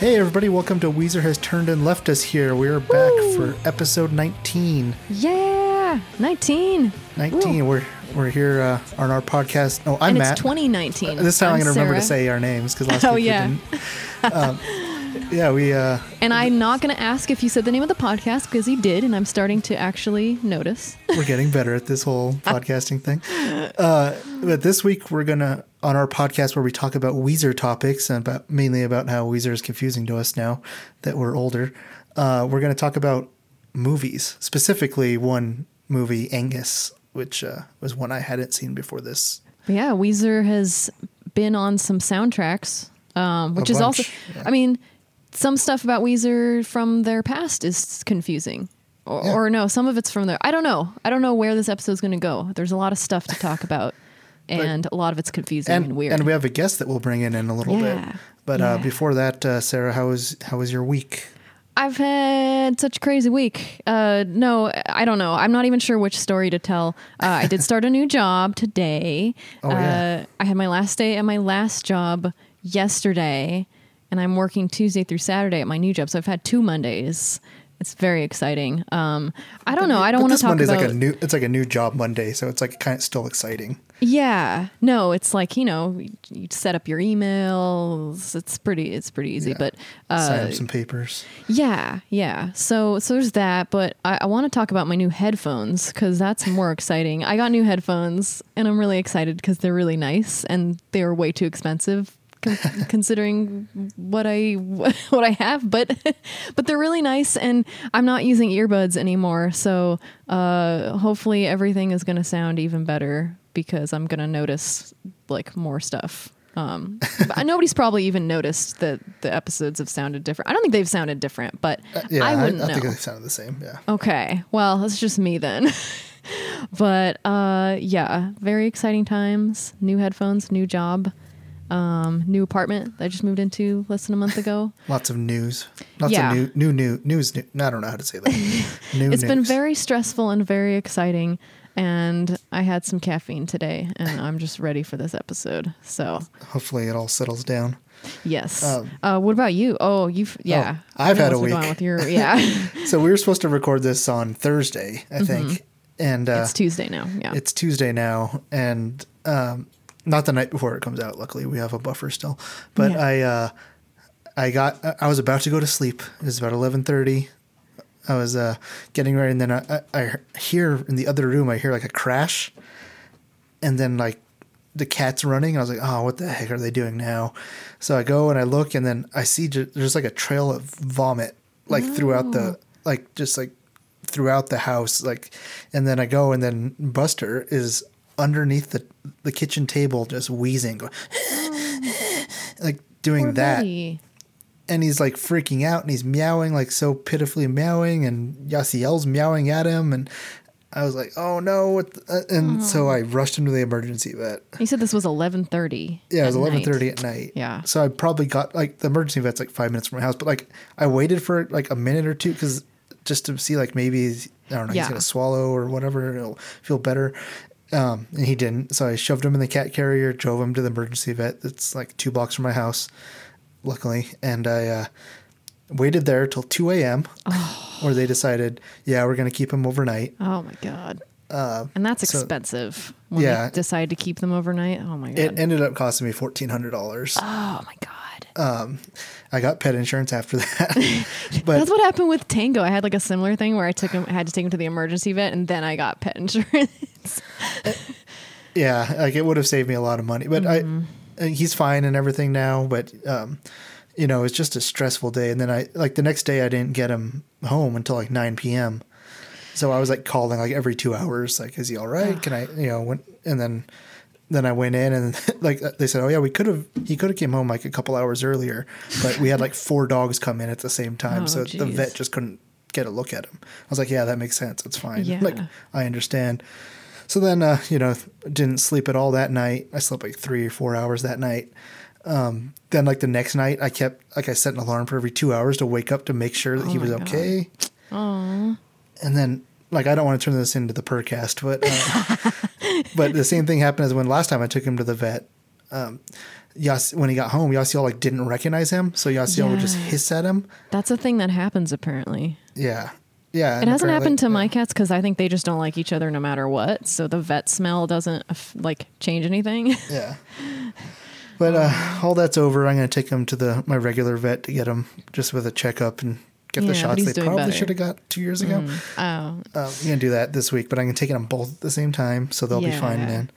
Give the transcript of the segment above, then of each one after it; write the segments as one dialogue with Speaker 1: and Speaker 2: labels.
Speaker 1: Hey, everybody, welcome to Weezer Has Turned and Left Us Here. We're back for episode 19.
Speaker 2: Yeah, 19.
Speaker 1: 19.
Speaker 2: Woo.
Speaker 1: We're we're here uh, on our podcast. Oh, I'm
Speaker 2: and
Speaker 1: Matt.
Speaker 2: it's 2019.
Speaker 1: This time I'm, going to remember to
Speaker 2: Sarah.
Speaker 1: say our names because last
Speaker 2: Oh,
Speaker 1: week
Speaker 2: yeah.
Speaker 1: we didn't. Um, yeah, we. Uh,
Speaker 2: And I'm not going to ask if you said the name of the podcast because he did, and I'm starting to actually notice.
Speaker 1: we're getting better at this whole podcasting thing. Uh, but this week we're gonna on our podcast where we talk about Weezer topics and about mainly about how Weezer is confusing to us now that we're older. Uh, we're gonna talk about movies, specifically one movie, Angus, which uh, was one I hadn't seen before this.
Speaker 2: But yeah, Weezer has been on some soundtracks, um, which
Speaker 1: A
Speaker 2: is also,
Speaker 1: bunch, yeah.
Speaker 2: I mean, some stuff about Weezer from their past is confusing. Or,
Speaker 1: Yeah.
Speaker 2: or no, some of it's from their. I don't know. I don't know where this episode's going to go. There's a lot of stuff to talk about, and a lot of it's confusing and,
Speaker 1: And
Speaker 2: weird.
Speaker 1: and we have a guest that we'll bring in in a little
Speaker 2: Yeah,
Speaker 1: bit. But uh,
Speaker 2: yeah.
Speaker 1: before that, uh, Sarah, how was how was your week?
Speaker 2: I've had such a crazy week. Uh, no, I don't know. I'm not even sure which story to tell. Uh, I did start a new job today.
Speaker 1: Oh, yeah.
Speaker 2: uh, I had my last day at my last job yesterday, and I'm working Tuesday through Saturday at my new job. So I've had two Mondays. It's very exciting. Um, I don't know. I don't
Speaker 1: But
Speaker 2: want to
Speaker 1: this
Speaker 2: talk
Speaker 1: Monday's
Speaker 2: about.
Speaker 1: like a new it's like a new job Monday, so it's like kind of still exciting.
Speaker 2: Yeah. No, it's like, you know, you set up your emails. It's pretty it's pretty easy,
Speaker 1: Yeah.
Speaker 2: but
Speaker 1: Sign
Speaker 2: uh
Speaker 1: up some papers.
Speaker 2: yeah, yeah. So so there's that, but I, I want to talk about my new headphones cuz that's more exciting. I got new headphones and I'm really excited cuz they're really nice and they're way too expensive con- considering what I what I have, but but they're really nice and I'm not using earbuds anymore. So, uh hopefully everything is going to sound even better because I'm going to notice like more stuff. Um, but nobody's probably even noticed that the episodes have sounded different. I don't think they've sounded different, but
Speaker 1: Uh, Yeah,
Speaker 2: I wouldn't
Speaker 1: I,
Speaker 2: know.
Speaker 1: think they sounded the same. Yeah.
Speaker 2: Okay. Well, that's just me then. but uh yeah, very exciting times. New headphones, new job, um, new apartment that I just moved into less than a month ago.
Speaker 1: Lots of news. Lots
Speaker 2: Yeah.
Speaker 1: of new, new, new, news. New, I don't know how to say that. New
Speaker 2: It's
Speaker 1: news.
Speaker 2: been very stressful and very exciting. And I had some caffeine today, and I'm just ready for this episode. So,
Speaker 1: Hopefully, it all settles down.
Speaker 2: yes.
Speaker 1: Um,
Speaker 2: uh, what about you? Oh, you've yeah.
Speaker 1: Oh, I've
Speaker 2: I know
Speaker 1: had a
Speaker 2: what's going
Speaker 1: week.
Speaker 2: on with your yeah.
Speaker 1: So we were supposed to record this on Thursday, I think, and uh,
Speaker 2: Mm-hmm. it's Tuesday now. Yeah.
Speaker 1: it's Tuesday now, and um, not the night before it comes out. Luckily, we have a buffer still. But
Speaker 2: Yeah.
Speaker 1: I, uh, I got, I- I was about to go to sleep. It was about eleven thirty. I was uh, getting ready, and then I, I, I hear in the other room, I hear like a crash, and then like the cat's running. I was like, oh, what the heck are they doing now? So I go and I look, and then I see ju- there's like a trail of vomit like throughout the like just like throughout the house like and then i go and then buster is underneath the the kitchen table just wheezing going like doing
Speaker 2: Poor
Speaker 1: that
Speaker 2: buddy.
Speaker 1: and he's like freaking out and he's meowing like so pitifully meowing and Yasiel's meowing at him and I was like, "Oh no!" What the, uh, and so I rushed him to the emergency vet.
Speaker 2: You said this was 11:30.
Speaker 1: Yeah, it was
Speaker 2: at night.
Speaker 1: eleven thirty at night.
Speaker 2: Yeah.
Speaker 1: So I probably got like the emergency vet's like five minutes from my house, but like I waited for like a minute or two because just to see like maybe he's- I don't know he's
Speaker 2: Yeah.
Speaker 1: gonna swallow or whatever it'll feel better. Um, and he didn't. So I shoved him in the cat carrier, drove him to the emergency vet. That's like two blocks from my house, luckily. And I uh, waited there till two a.m. where they decided, yeah, we're gonna keep him overnight.
Speaker 2: Oh my god. and that's
Speaker 1: Uh, so-
Speaker 2: expensive. When
Speaker 1: Yeah.
Speaker 2: they decide to keep them overnight. Oh my god.
Speaker 1: It ended up costing me fourteen hundred dollars. Um,
Speaker 2: oh my god.
Speaker 1: uh, I got pet insurance after that, but
Speaker 2: that's what happened with Tango. I had like a similar thing where I took him I had to take him to the emergency vet and then I got pet insurance.
Speaker 1: Yeah, like it would have saved me a lot of money, but I, and he's fine and everything now. But um, you know, it's just a stressful day. And then I like the next day, I didn't get him home until like nine p.m. So I was like calling like every two hours, like, is he all right? Can I, you know, when, and then then I went in and like they said, oh yeah, we could have he could have came home like a couple hours earlier, but we had like four dogs come in at the same time,
Speaker 2: Oh,
Speaker 1: so the
Speaker 2: geez.
Speaker 1: vet just couldn't get a look at him. I was like, yeah, that makes sense. It's fine.
Speaker 2: Yeah.
Speaker 1: Like I understand. So then, uh, you know, didn't sleep at all that night. I slept like three or four hours that night. Um, then like the next night, I kept like I set an alarm for every two hours to wake up to make sure that he
Speaker 2: Oh my
Speaker 1: was
Speaker 2: God.
Speaker 1: okay. And then like I don't want to turn um, this into the percast, but uh, but the same thing happened as when last time I took him to the vet. um, Yas when he got home, Yasiel like didn't recognize him, so Yasiel would just
Speaker 2: Yeah.
Speaker 1: hiss at him.
Speaker 2: That's a thing that happens apparently.
Speaker 1: Yeah, yeah.
Speaker 2: It hasn't happened to my cats because I think they just don't like each other no matter what. So the vet smell doesn't aff- like change anything.
Speaker 1: Yeah. But uh, all that's over. I'm going to take him to the my regular vet to get him just with a checkup and get
Speaker 2: Yeah,
Speaker 1: the
Speaker 2: but
Speaker 1: shots
Speaker 2: he's
Speaker 1: they
Speaker 2: doing
Speaker 1: probably
Speaker 2: better.
Speaker 1: should have got two years ago.
Speaker 2: oh,
Speaker 1: Um, I'm going to do that this week, but I'm going to take them both at the same time, so they'll be fine
Speaker 2: Yeah.
Speaker 1: then.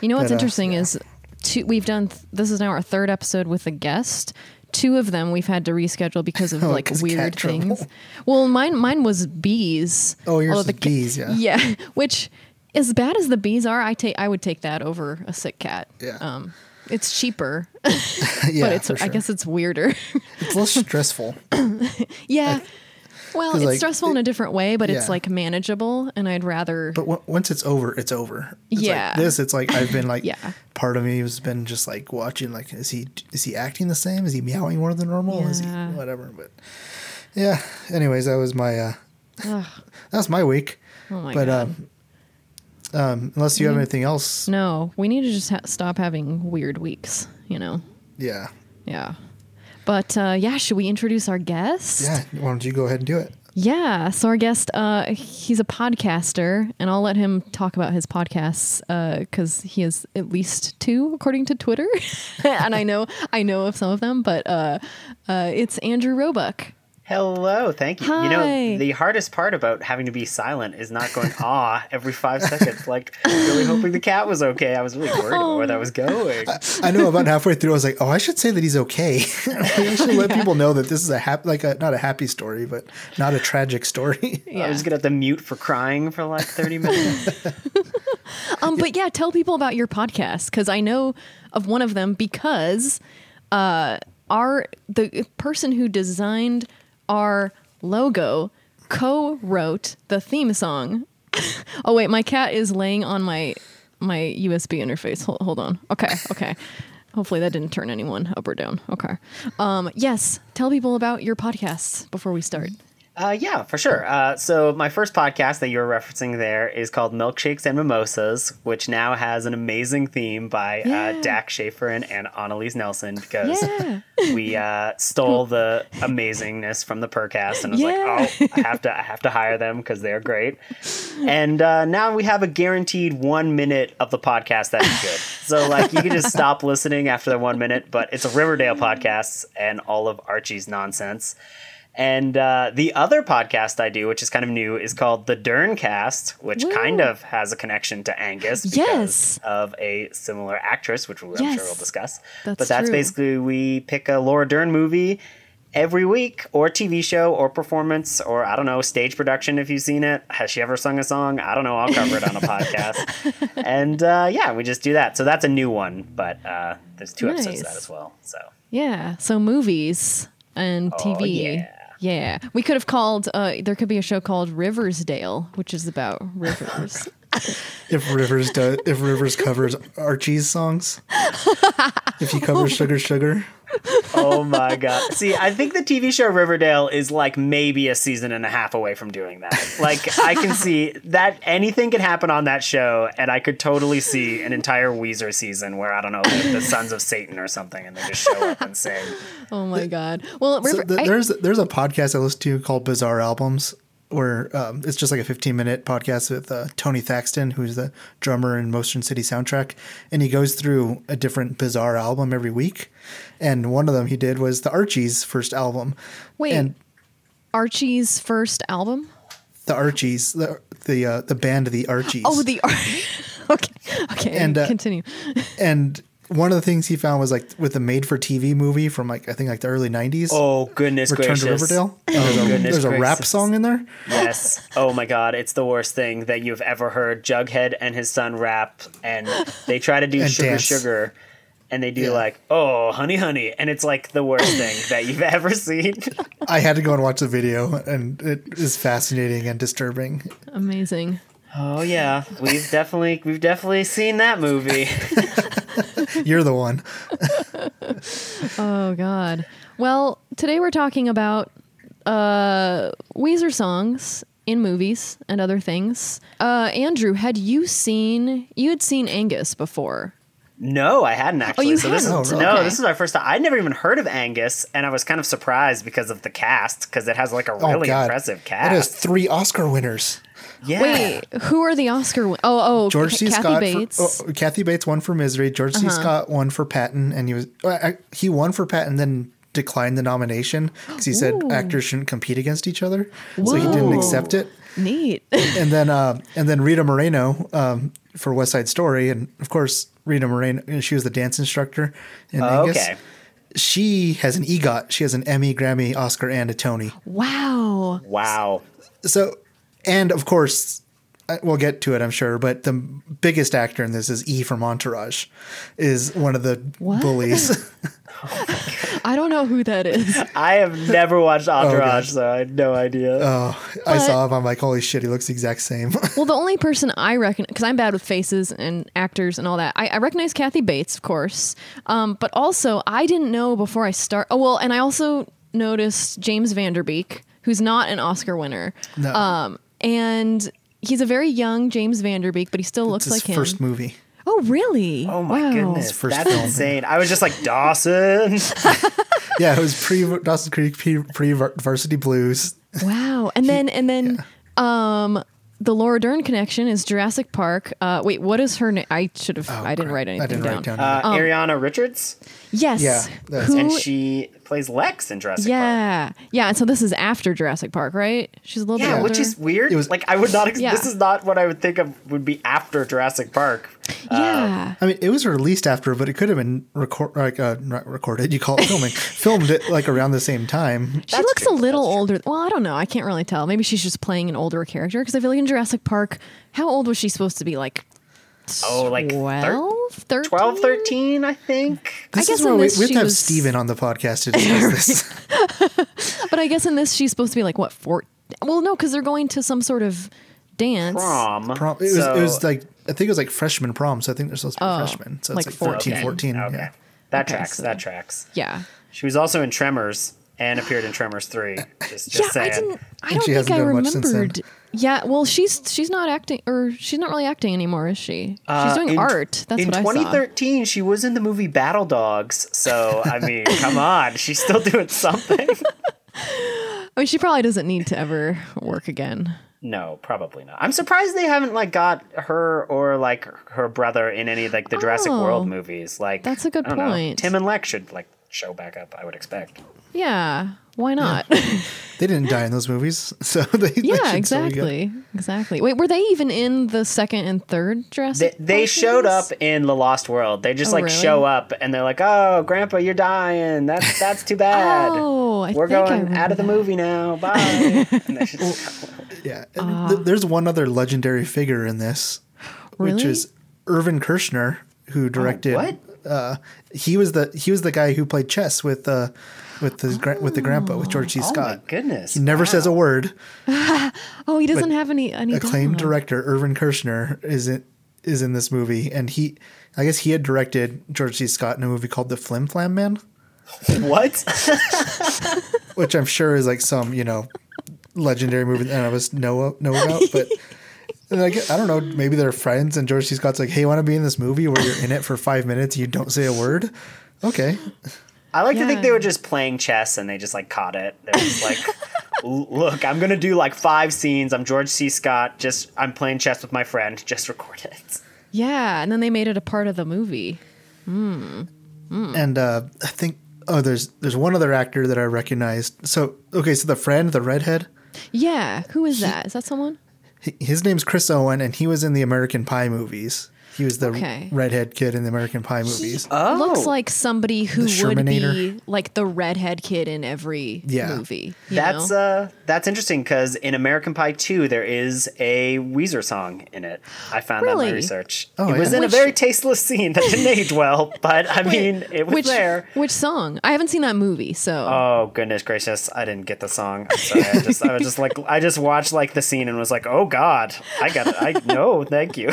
Speaker 2: You know what's
Speaker 1: But, uh,
Speaker 2: interesting is two, we've done th- this is now our third episode with a guest. Two of them we've had to reschedule because of
Speaker 1: Oh,
Speaker 2: like
Speaker 1: 'cause
Speaker 2: weird
Speaker 1: cat trouble.
Speaker 2: things. Well, mine mine was bees.
Speaker 1: Oh, yours
Speaker 2: Although
Speaker 1: is
Speaker 2: the ca-
Speaker 1: bees, yeah.
Speaker 2: Yeah, which as bad as the bees are, I take I would take that over a sick cat.
Speaker 1: Yeah.
Speaker 2: Um it's cheaper,
Speaker 1: yeah,
Speaker 2: but it's
Speaker 1: for
Speaker 2: I
Speaker 1: sure.
Speaker 2: guess it's weirder.
Speaker 1: it's less stressful.
Speaker 2: yeah. Well,
Speaker 1: 'Cause,
Speaker 2: it's
Speaker 1: like,
Speaker 2: stressful in a different way, but it's
Speaker 1: yeah.
Speaker 2: like manageable and I'd rather
Speaker 1: But w- once it's over, it's over. It's
Speaker 2: Yeah.
Speaker 1: Like this, it's like I've been like,
Speaker 2: Yeah.
Speaker 1: part of me has been just like watching, like, is he is he acting the same? Is he meowing more than normal? Is he
Speaker 2: Yeah.
Speaker 1: whatever? But yeah. Anyways, that was my uh,
Speaker 2: Ugh.
Speaker 1: that's my week.
Speaker 2: Oh my
Speaker 1: but
Speaker 2: god. Mm.
Speaker 1: um, um, unless you have anything else,
Speaker 2: No, we need to just ha- stop having weird weeks, you know?
Speaker 1: yeah,
Speaker 2: Yeah. But uh, yeah, should we introduce our guest?
Speaker 1: yeah. Why don't you go ahead and do it?
Speaker 2: Yeah, So our guest, uh, he's a podcaster, and I'll let him talk about his podcasts because he has at least two, according to Twitter. and I know, I know of some of them, but uh, uh, it's Andrew Roebuck.
Speaker 3: Hello, thank you. You
Speaker 2: Hi.
Speaker 3: know, the hardest part about having to be silent is not going ah every five seconds. Like really hoping the cat was okay. I was really worried about
Speaker 2: Oh.
Speaker 3: where that was going.
Speaker 1: I know about halfway through, I was like, oh, I should say that he's okay. I should let people know that this is a happy, like a not a happy story, but not a tragic story.
Speaker 2: Yeah.
Speaker 3: I was gonna have to mute for crying for like thirty minutes.
Speaker 2: Um, but yeah, tell people about your podcast because I know of one of them because uh, our the person who designed our logo co-wrote the theme song. oh wait, my cat is laying on my my USB interface. Hold, hold on. Okay, okay. Hopefully that didn't turn anyone up or down. Okay. Um, yes, tell people about your podcast before we start.
Speaker 3: Uh, yeah, for sure. Uh, so my first podcast that you were referencing there is called Milkshakes and Mimosas, which now has an amazing theme by
Speaker 2: Yeah.
Speaker 3: uh, Dak Schaefer and, and Annalise Nelson because
Speaker 2: Yeah.
Speaker 3: we uh, stole the amazingness from the Percast, and I was
Speaker 2: Yeah.
Speaker 3: like, oh, I have to, I have to hire them because they're great. And uh, now we have a guaranteed one minute of the podcast that is good. so like, you can just stop listening after the one minute, but it's a Riverdale podcast and all of Archie's nonsense. And uh, the other podcast I do, which is kind of new, is called the Derncast, which
Speaker 2: Woo.
Speaker 3: kind of has a connection to Angus because
Speaker 2: Yes.
Speaker 3: of a similar actress, which we- I'm
Speaker 2: Yes.
Speaker 3: sure we'll discuss
Speaker 2: That's
Speaker 3: but that's
Speaker 2: true.
Speaker 3: basically we pick a Laura Dern movie every week, or TV show, or performance, or I don't know, stage production if you've seen it. Has she ever sung a song? I don't know. I'll cover it on a podcast. And uh, yeah, we just do that. So that's a new one, but uh, there's two episodes of
Speaker 2: Nice.
Speaker 3: that as well. So
Speaker 2: Yeah. So movies and TV.
Speaker 3: yeah.
Speaker 2: Yeah. We could have called, uh, there could be a show called Riversdale, which is about rivers.
Speaker 1: If Rivers does, if Rivers covers Archie's songs, if he covers Sugar Sugar,
Speaker 3: oh my god. See, I think the TV show Riverdale is like maybe a season and a half away from doing that. Like I can see that anything can happen on that show, and I could totally see an entire Weezer season where I don't know, like the Sons of Satan or something, and they just show up and sing.
Speaker 2: oh my God. Well,
Speaker 1: So
Speaker 2: River,
Speaker 1: th-
Speaker 2: I-
Speaker 1: there's there's a podcast I listen to called Bizarre Albums, where um, it's just like a 15 minute podcast with uh, Tony Thaxton, who's the drummer in Motion City Soundtrack, and he goes through a different bizarre album every week, and one of them he did was the Archies' first album.
Speaker 2: wait,
Speaker 1: and
Speaker 2: Archie's first album?
Speaker 1: the Archies, the the uh, the band the Archies.
Speaker 2: Oh, the Ar- Okay. Okay.
Speaker 1: And, uh,
Speaker 2: continue.
Speaker 1: and one of the things he found was like with the made for TV movie from like I think like the early 90s.
Speaker 3: Oh goodness
Speaker 1: Return
Speaker 3: gracious!
Speaker 1: to Riverdale. And
Speaker 3: Oh
Speaker 1: there's a,
Speaker 3: goodness
Speaker 1: there's a rap
Speaker 3: gracious.
Speaker 1: song in there.
Speaker 3: Yes. Oh my god, it's the worst thing that you've ever heard. Jughead and his son rap and they try to do
Speaker 1: And
Speaker 3: sugar
Speaker 1: dance.
Speaker 3: sugar and they do
Speaker 1: Yeah.
Speaker 3: like, "Oh, honey honey." And it's like the worst thing that you've ever seen.
Speaker 1: I had to go and watch the video, and it is fascinating and disturbing.
Speaker 2: Amazing.
Speaker 3: oh yeah, we've definitely we've definitely seen that movie.
Speaker 1: You're the one.
Speaker 2: Oh God. Well, today we're talking about uh, Weezer songs in movies and other things. Uh, Andrew, had you seen you had seen Angus before?
Speaker 3: No, I hadn't actually.
Speaker 2: you
Speaker 3: so this
Speaker 2: hadn't?
Speaker 3: is
Speaker 1: Oh, really?
Speaker 3: no,
Speaker 2: Okay.
Speaker 3: this is our first time. I'd never even heard of Angus, and I was kind of surprised because of the cast, because it has like a
Speaker 1: Oh
Speaker 3: really
Speaker 1: God,
Speaker 3: impressive
Speaker 1: It has
Speaker 3: cast.
Speaker 1: three Oscar winners.
Speaker 3: yeah.
Speaker 2: Wait, who are the Oscar? Win- oh, oh,
Speaker 1: George
Speaker 2: Ca-
Speaker 1: C.
Speaker 2: Kathy
Speaker 1: Scott.
Speaker 2: Bates. Uh-huh.
Speaker 1: For, oh, Kathy Bates won for Misery. George C. Scott won for Patton, and he was uh, uh, he won for Patton, then declined the nomination because he said
Speaker 2: Ooh.
Speaker 1: actors shouldn't compete against each other, so he didn't
Speaker 2: Whoa.
Speaker 1: accept it.
Speaker 2: Neat.
Speaker 1: And then uh, and then Rita Moreno um, for West Side Story, and of course Rita Moreno, she was the dance instructor in Angus.
Speaker 3: okay.
Speaker 1: She has an EGOT. She has an Emmy, Grammy, Oscar, and a Tony.
Speaker 2: wow.
Speaker 3: Wow.
Speaker 1: so and of course uh, we'll get to it i'm sure but the biggest actor in this is e from entourage is one of the
Speaker 2: What?
Speaker 1: bullies
Speaker 2: I don't know who that is.
Speaker 3: I have never watched
Speaker 1: Oh,
Speaker 3: Entourage, so I had no idea.
Speaker 1: i saw him i'm like holy shit he looks the exact same
Speaker 2: Well, the only person I reckon, because I'm bad with faces and actors and all that, I, I recognize Kathy Bates, of course. Um, but also, I didn't know before I start. Oh, well, and I also noticed James Vanderbeek, who's not an Oscar winner.
Speaker 1: no
Speaker 2: Um, and he's a very young James Vanderbeek, but he still looks
Speaker 1: it's his
Speaker 2: like him.
Speaker 1: first movie
Speaker 2: Oh, really?
Speaker 3: oh my
Speaker 2: Wow.
Speaker 3: goodness,
Speaker 1: first
Speaker 3: that's
Speaker 1: film.
Speaker 3: insane. I was just like Dawson.
Speaker 1: yeah it was pre dawson creek pre, pre varsity blues
Speaker 2: Wow. And then and then um the Laura Dern connection is Jurassic Park. Uh wait, what is her name? I should have I didn't write anything
Speaker 1: Oh, i didn't
Speaker 2: down.
Speaker 1: write down
Speaker 3: Uh, Ariana Richards,
Speaker 2: Yes.
Speaker 1: Yeah, that's-
Speaker 2: Oh. Who,
Speaker 3: and she plays Lex in Jurassic Park.
Speaker 2: Yeah. Yeah, and so this is after Jurassic Park, right? She's a little bit
Speaker 3: Yeah,
Speaker 2: older.
Speaker 3: which is weird.
Speaker 1: It was-
Speaker 3: like I would not. Ex-
Speaker 2: Yeah.
Speaker 3: This is not what I would think of would be after Jurassic Park. uh,
Speaker 2: Yeah.
Speaker 1: I mean, it was released after, but it could have been record like uh, not recorded. You call it filming, filmed it like around the same time.
Speaker 2: she
Speaker 3: that's
Speaker 2: looks
Speaker 3: true,
Speaker 2: a little older. Well, I don't know. I can't really tell. Maybe she's just playing an older character because I feel like in Jurassic Park, how old was she supposed to be? Like
Speaker 3: Oh, like thir-
Speaker 2: 12, 13?
Speaker 3: 12, 13, I think.
Speaker 1: This
Speaker 2: guess
Speaker 1: is where
Speaker 2: in
Speaker 1: we,
Speaker 2: this
Speaker 1: we have
Speaker 2: she
Speaker 1: to have
Speaker 2: was-
Speaker 1: Steven on the podcast to discuss this.
Speaker 2: But I guess in this, she's supposed to be like what four? Well, no, because they're going to some sort of dance.
Speaker 3: Prom.
Speaker 1: prom. It was,
Speaker 3: So-
Speaker 1: it was like I think it was like freshman prom, so I think they're supposed to be
Speaker 2: Oh,
Speaker 1: freshmen. So it's
Speaker 2: like
Speaker 1: like 14,
Speaker 2: 14.
Speaker 1: 14.
Speaker 3: Okay.
Speaker 1: Yeah.
Speaker 3: That
Speaker 2: Okay,
Speaker 3: tracks.
Speaker 2: so-
Speaker 3: That tracks.
Speaker 2: Yeah.
Speaker 3: She was also in Tremors and appeared in Tremors 3. Just, just
Speaker 2: yeah,
Speaker 3: saying.
Speaker 2: I didn't. I
Speaker 1: And
Speaker 2: don't
Speaker 1: she
Speaker 2: think
Speaker 1: hasn't
Speaker 2: I
Speaker 1: done much since then.
Speaker 2: remembered. Yeah, well, she's she's not acting, or she's not really acting anymore, is she? she's
Speaker 3: Uh,
Speaker 2: doing
Speaker 3: in-
Speaker 2: art. That's
Speaker 3: in
Speaker 2: what I saw.
Speaker 3: 2013, she was in the movie Battle Dogs. So, I mean, come on. She's still doing something.
Speaker 2: I mean, she probably doesn't need to ever work again.
Speaker 3: No, probably not. I'm surprised they haven't, like, got her or, like, her brother in any, like, the Jurassic
Speaker 2: Oh.
Speaker 3: World movies. Like,
Speaker 2: That's a good
Speaker 3: I don't know.
Speaker 2: point.
Speaker 3: Tim and Lex should, like, show back up, I would expect.
Speaker 2: Yeah, why not?
Speaker 1: They didn't die in those movies, so they they should
Speaker 2: yeah,
Speaker 1: still be good.
Speaker 2: exactly, exactly. Wait, were they even in the second and third
Speaker 3: They,
Speaker 2: Jurassic?
Speaker 3: they
Speaker 2: Park
Speaker 3: showed
Speaker 2: movies?
Speaker 3: up in The Lost World. They just
Speaker 2: Oh,
Speaker 3: like
Speaker 2: really?
Speaker 3: show up and they're like, "Oh, Grandpa, you're dying. That's that's too bad.
Speaker 2: Oh, I
Speaker 3: We're
Speaker 2: think I
Speaker 3: going out of the movie now. Bye." And they just-
Speaker 1: Yeah, And
Speaker 3: Uh,
Speaker 1: th- there's one other legendary figure in this, which
Speaker 2: Really?
Speaker 1: is Irvin Kershner, who directed.
Speaker 3: Oh, what?
Speaker 1: Uh, he was the he was the guy who played chess with uh, with the gra- with the grandpa with George C.
Speaker 3: oh my
Speaker 1: Scott.
Speaker 3: goodness!
Speaker 1: He never says a word.
Speaker 2: Oh, he doesn't have any any
Speaker 1: acclaimed
Speaker 2: dialogue.
Speaker 1: director Irvin Kershner is in, is in this movie, and he, I guess he had directed George C. Scott in a movie called The Flim Flam Man,
Speaker 3: what?
Speaker 1: which I'm sure is like some you know legendary movie that none of us know know about, but. And I, guess, I don't know. Maybe they're friends, and George C. Scott's like, "Hey, want to be in this movie where you're in it for five minutes? And you don't say a word." Okay,
Speaker 3: I like to think they
Speaker 2: Yeah.
Speaker 3: were just playing chess and they just like caught it. They were just like, "L- "Look, I'm gonna do like five scenes. I'm George C. Scott. Just I'm playing chess with my friend. Just record it."
Speaker 2: Yeah, and then they made it a part of the movie.
Speaker 1: and uh, I think oh, there's there's one other actor that I recognized. So okay, so the friend, the redhead,
Speaker 2: Yeah, who is that? Is that someone?
Speaker 1: H- his name's Chris Owen, and he was in the American Pie movies. He was the
Speaker 2: Okay.
Speaker 1: redhead kid in the American Pie movies.
Speaker 3: Oh,
Speaker 2: looks like somebody who
Speaker 1: The
Speaker 2: would be
Speaker 1: Shermanator.
Speaker 2: like the redhead kid in every
Speaker 1: Yeah.
Speaker 2: movie. you
Speaker 3: That's
Speaker 2: know?
Speaker 3: uh that's interesting because in American Pie 2 there is a Weezer song in it. I found that in
Speaker 2: Really?
Speaker 3: my research.
Speaker 1: Oh,
Speaker 3: it was
Speaker 1: yeah.
Speaker 3: in
Speaker 2: Which-
Speaker 3: a very tasteless scene that didn't age well, but I mean it was
Speaker 2: which
Speaker 3: there.
Speaker 2: which song? I haven't seen that movie, so
Speaker 3: Oh goodness gracious, I didn't get the song. I'm sorry. I just I was just like I just watched like the scene and was like, "Oh god, I got it. I no, thank you."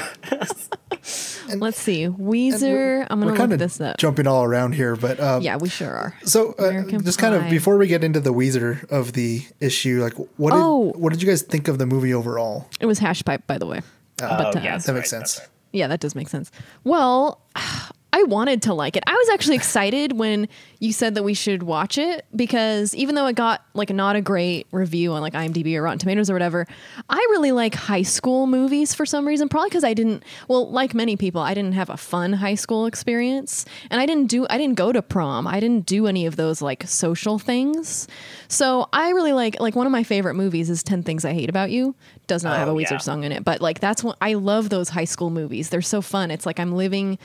Speaker 2: let's see. Weezer. I'm
Speaker 1: We're
Speaker 2: gonna
Speaker 1: kind
Speaker 2: look
Speaker 1: of
Speaker 2: this up.
Speaker 1: jumping all around here, but um,
Speaker 2: yeah, we sure are.
Speaker 1: So uh,
Speaker 2: American
Speaker 1: just kind of
Speaker 2: Pie.
Speaker 1: before we get into the Weezer of the issue, like what did
Speaker 2: Oh.
Speaker 1: what did you guys think of the movie overall?
Speaker 2: It was hash pipe, by the way. but
Speaker 3: Oh,
Speaker 2: uh,
Speaker 3: yes.
Speaker 1: That makes
Speaker 3: Right, that's
Speaker 1: sense.
Speaker 3: right.
Speaker 2: yeah, that does make sense. Well, I I wanted to like it. I was actually excited when you said that we should watch it because even though it got like not a great review on like IMDb or Rotten Tomatoes or whatever, I really like high school movies for some reason. Probably because I didn't, well, like many people, I didn't have a fun high school experience, and I didn't do, I didn't go to prom. I didn't do any of those like social things. So I really like like one of my favorite movies is Ten Things I Hate About You. Does not
Speaker 3: Oh,
Speaker 2: have a Weezer
Speaker 3: yeah.
Speaker 2: song in it, but like that's what I love those high school movies. They're so fun. It's like I'm living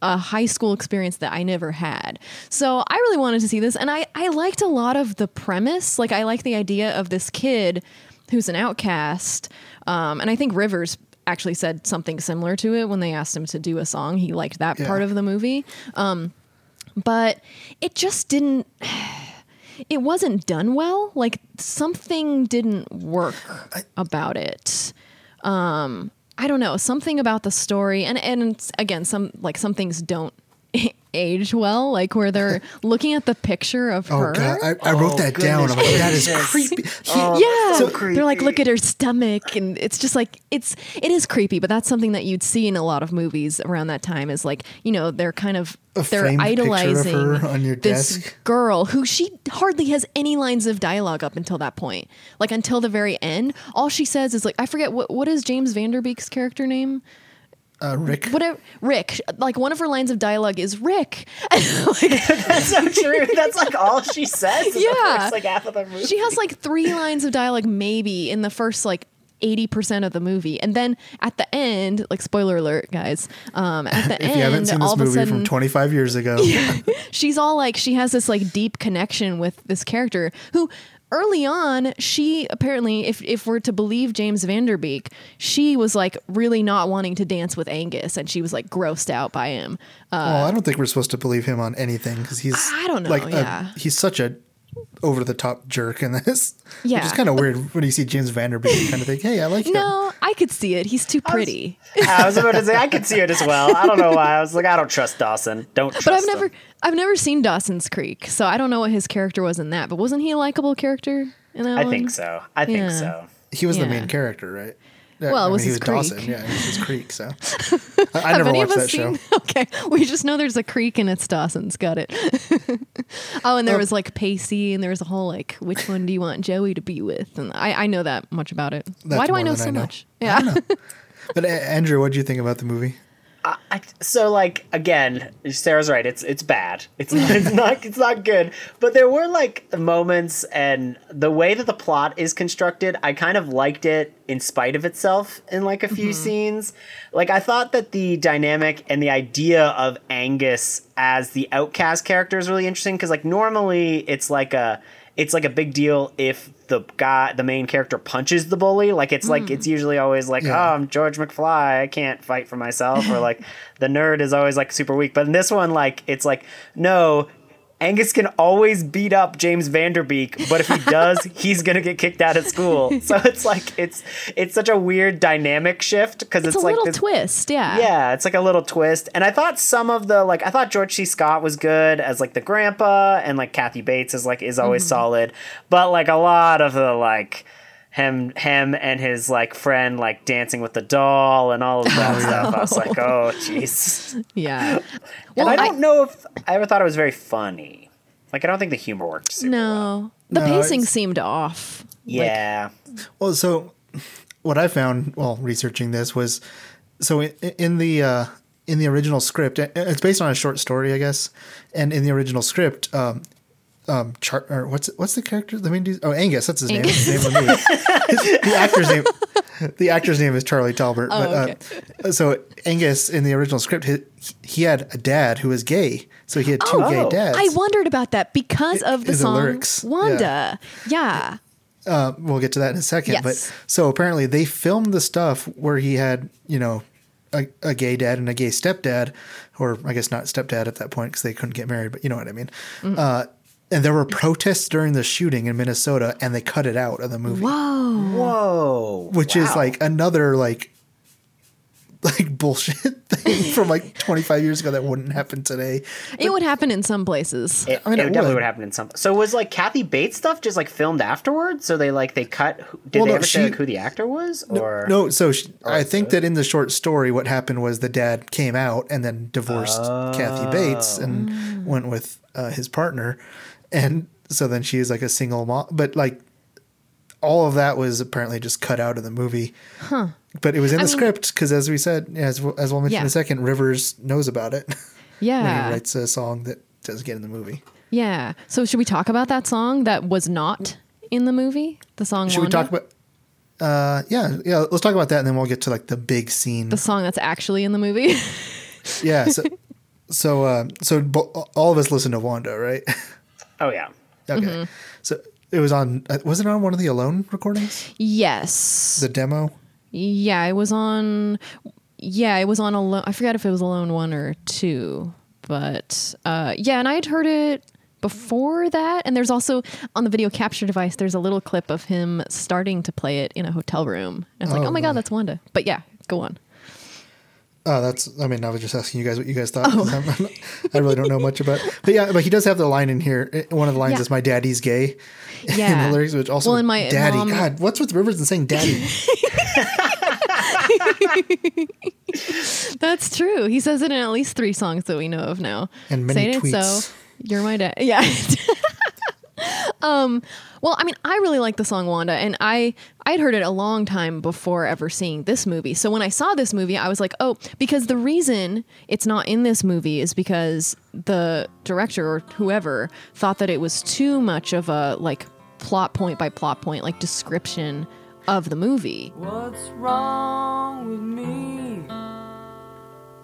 Speaker 2: a high school experience that I never had. So I really wanted to see this and I I liked a lot of the premise. Like I like the idea of this kid who's an outcast. Um, and I think Rivers actually said something similar to it when they asked him to do a song. He liked that
Speaker 1: Yeah.
Speaker 2: part of the movie Um, but it just didn't it wasn't done well like something didn't work about it um i don't know something about the story and and it's- again some like some things don't age well like where they're looking at the picture of
Speaker 1: Oh
Speaker 2: her
Speaker 1: god, I, I wrote
Speaker 3: Oh,
Speaker 1: that down. I'm like, that is
Speaker 3: goodness
Speaker 1: creepy. He-
Speaker 2: yeah
Speaker 3: so
Speaker 2: they're like look
Speaker 3: creepy.
Speaker 2: at her stomach and it's just like it's it is creepy but that's something that you'd see in a lot of movies around that time is like you know they're kind of
Speaker 1: A
Speaker 2: they're
Speaker 1: framed picture of
Speaker 2: idolizing
Speaker 1: her on your
Speaker 2: this
Speaker 1: desk.
Speaker 2: girl who she hardly has any lines of dialogue up until that point like until the very end all she says is like i forget what what is james vanderbeek's character name
Speaker 1: Uh, Rick,
Speaker 2: whatever rick like one of her lines of dialogue is rick
Speaker 3: That's so true. That's like all she says. in the
Speaker 2: Yeah.
Speaker 3: first, like half of the movie.
Speaker 2: she has like three lines of dialogue maybe in the first like 80% of the movie and then at the end like spoiler alert guys um at the
Speaker 1: if
Speaker 2: end
Speaker 1: you haven't seen
Speaker 2: all
Speaker 1: this
Speaker 2: of a
Speaker 1: movie
Speaker 2: sudden
Speaker 1: from 25 years ago,
Speaker 2: she's all like she has this like deep connection with this character who early on she apparently if if we're to believe James Vanderbeek she was like really not wanting to dance with Angus and she was like grossed out by him
Speaker 1: well, I don't think we're supposed to believe him on anything because he's
Speaker 2: I don't know,
Speaker 1: like a-
Speaker 2: yeah.
Speaker 1: he's such a over the top jerk in this.
Speaker 2: Yeah.
Speaker 1: which is kind of weird when you see James Vanderbeek you kind of think, hey, I like him.
Speaker 2: no I could see it he's too pretty
Speaker 3: I was about to say I could see it as well. I don't know why. I was like, I don't trust Dawson. Don't trust.
Speaker 2: But I've
Speaker 3: him.
Speaker 2: never I've never seen Dawson's Creek, so I don't know what his character was in that. But wasn't he a likable character in that
Speaker 3: I
Speaker 2: one?
Speaker 3: think so. I think
Speaker 2: Yeah.
Speaker 3: so.
Speaker 1: He was the
Speaker 2: Yeah.
Speaker 1: main character, right?
Speaker 2: Well, it was
Speaker 1: he
Speaker 2: his
Speaker 1: was Dawson.
Speaker 2: creek.
Speaker 1: Yeah, it was his creek. So I, I
Speaker 2: Have
Speaker 1: never
Speaker 2: any of
Speaker 1: watched
Speaker 2: us
Speaker 1: that show.
Speaker 2: seen? Okay, we just know there's a creek and it's Dawson's. Got it. oh, and there was like Pacey, and there was a whole like, which one do you want Joey to be with? And I, I know that much about it.
Speaker 1: That's
Speaker 2: Why do I
Speaker 1: more
Speaker 2: know
Speaker 1: than
Speaker 2: so
Speaker 1: I know.
Speaker 2: much? Yeah,
Speaker 1: But A- Andrew, what do you think about the movie?
Speaker 3: I, I, so like again, Sarah's right. It's it's bad. It's not, it's not it's not good. But there were like moments and the way that the plot is constructed, I kind of liked it in spite of itself in like a few scenes. Like I thought that the dynamic and the idea of Angus as the outcast character is really interesting because like normally it's like a it's like a big deal if the guy the main character punches the bully like it's like it's usually always like
Speaker 1: Yeah.
Speaker 3: oh i'm george mcfly i can't fight for myself or like the nerd is always like super weak but in this one like it's like no angus can always beat up james vanderbeek but if he does he's gonna get kicked out of school so it's like it's it's such a weird dynamic shift because it's,
Speaker 2: it's, a
Speaker 3: like
Speaker 2: little
Speaker 3: this,
Speaker 2: twist. Yeah,
Speaker 3: yeah, it's like a little twist. And I thought some of the like I thought George C. Scott was good as like the grandpa and like Kathy Bates is like is always solid. But like a lot of the like him him and his like friend like dancing with the doll and all of that stuff. I was like, oh jeez.
Speaker 2: yeah.
Speaker 3: and I don't know if I ever thought it was very funny. Like I don't think the humor worked. Super well.
Speaker 2: no, the
Speaker 1: No,
Speaker 2: pacing
Speaker 1: it's-
Speaker 2: seemed off. Like,
Speaker 3: Yeah.
Speaker 1: Well, so what I found while researching this was so in, in the uh, in the original script, it- it's based on a short story, I guess. And in the original script, um, um, Char- or what's what's the character? The main dude? Oh, Angus. That's his name. That's his name on the movie. the actor's name. The actor's name is Charlie Talbert. but, uh, so Angus in the original script, he, he had a dad who was gay. So he had two
Speaker 3: Oh.
Speaker 1: gay dads.
Speaker 2: I wondered about that because of the
Speaker 1: the
Speaker 2: song
Speaker 1: lyrics. Yeah.
Speaker 2: Wanda. yeah.
Speaker 1: uh, we'll get to that in a second.
Speaker 2: Yes.
Speaker 1: But so apparently they filmed the stuff where he had, you know, a, a gay dad and a gay stepdad, or I guess not stepdad at that point because they couldn't get married, but you know what I mean. Uh, and there were protests during the shooting in Minnesota, and they cut it out of the movie,
Speaker 2: Whoa.
Speaker 3: Whoa.
Speaker 1: which is
Speaker 3: Wow.
Speaker 1: like another like like bullshit thing from like 25 years ago that wouldn't happen today.
Speaker 2: It would happen in some places. Uh,
Speaker 3: It,
Speaker 1: I mean,
Speaker 3: it
Speaker 1: it
Speaker 3: definitely
Speaker 1: would.
Speaker 3: would happen in some. So was like Kathy Bates stuff just like filmed afterwards? So they like they cut. who- Did
Speaker 1: Well,
Speaker 3: they
Speaker 1: no,
Speaker 3: ever say
Speaker 1: she-
Speaker 3: like, who the actor was? Or
Speaker 1: No, so she, I think that in the short story, what happened was the dad came out and then divorced Kathy Bates
Speaker 2: Mm.
Speaker 1: and went with uh, his partner, and so then she is like a single mom. But like all of that was apparently just cut out of the movie. Huh. But it was in the
Speaker 2: mean-
Speaker 1: script because, as we said, as we'll- as we'll mention in
Speaker 2: Yeah.
Speaker 1: a second, Rivers knows about it. when he
Speaker 2: Yeah.
Speaker 1: writes a song that does get in the movie.
Speaker 2: Yeah. So should we talk about that song that was not in the movie? The song
Speaker 1: Should we
Speaker 2: Wanda?
Speaker 1: talk about? Uh, yeah, yeah. Let's talk about that, and then we'll get to like the big scene.
Speaker 2: the song that's actually in the movie?
Speaker 1: yeah. So, so, uh, so bo- all of us listen to Wanda, right?
Speaker 3: Oh yeah.
Speaker 1: okay.
Speaker 2: Mm-hmm.
Speaker 1: So it was on. uh, Was it on one of the Alone recordings?
Speaker 2: yes.
Speaker 1: The demo.
Speaker 2: Yeah, it was on Yeah, it was on alone I forgot if it was alone 1 or 2, but uh yeah, and I had heard it before that and there's also on the video capture device there's a little clip of him starting to play it in a hotel room. And it's like, "Oh my god, that's Wanda." But yeah, go on.
Speaker 1: Oh, that's. I mean, I was just asking you guys what you guys thought.
Speaker 2: Oh.
Speaker 1: 'cause I'm- I'm not- i really don't know much about. But yeah, but he does have the line in here. eh, One of the lines
Speaker 2: Yeah.
Speaker 1: is "My daddy's gay."
Speaker 2: Yeah.
Speaker 1: In the lyrics, which also
Speaker 2: Well, and my
Speaker 1: daddy.
Speaker 2: mom-
Speaker 1: God, what's with Rivers and saying daddy?
Speaker 2: That's true. He says it in at least three songs that we know of now.
Speaker 1: And many
Speaker 2: Say it
Speaker 1: tweets.
Speaker 2: So you're my dad. Yeah. um. Well, I mean, I really like the song Wanda, and I I'd heard it a long time before ever seeing this movie. So when I saw this movie, I was like, oh, because the reason it's not in this movie is because the director or whoever thought that it was too much of a like plot point by plot point like description of the movie.
Speaker 4: What's wrong with me?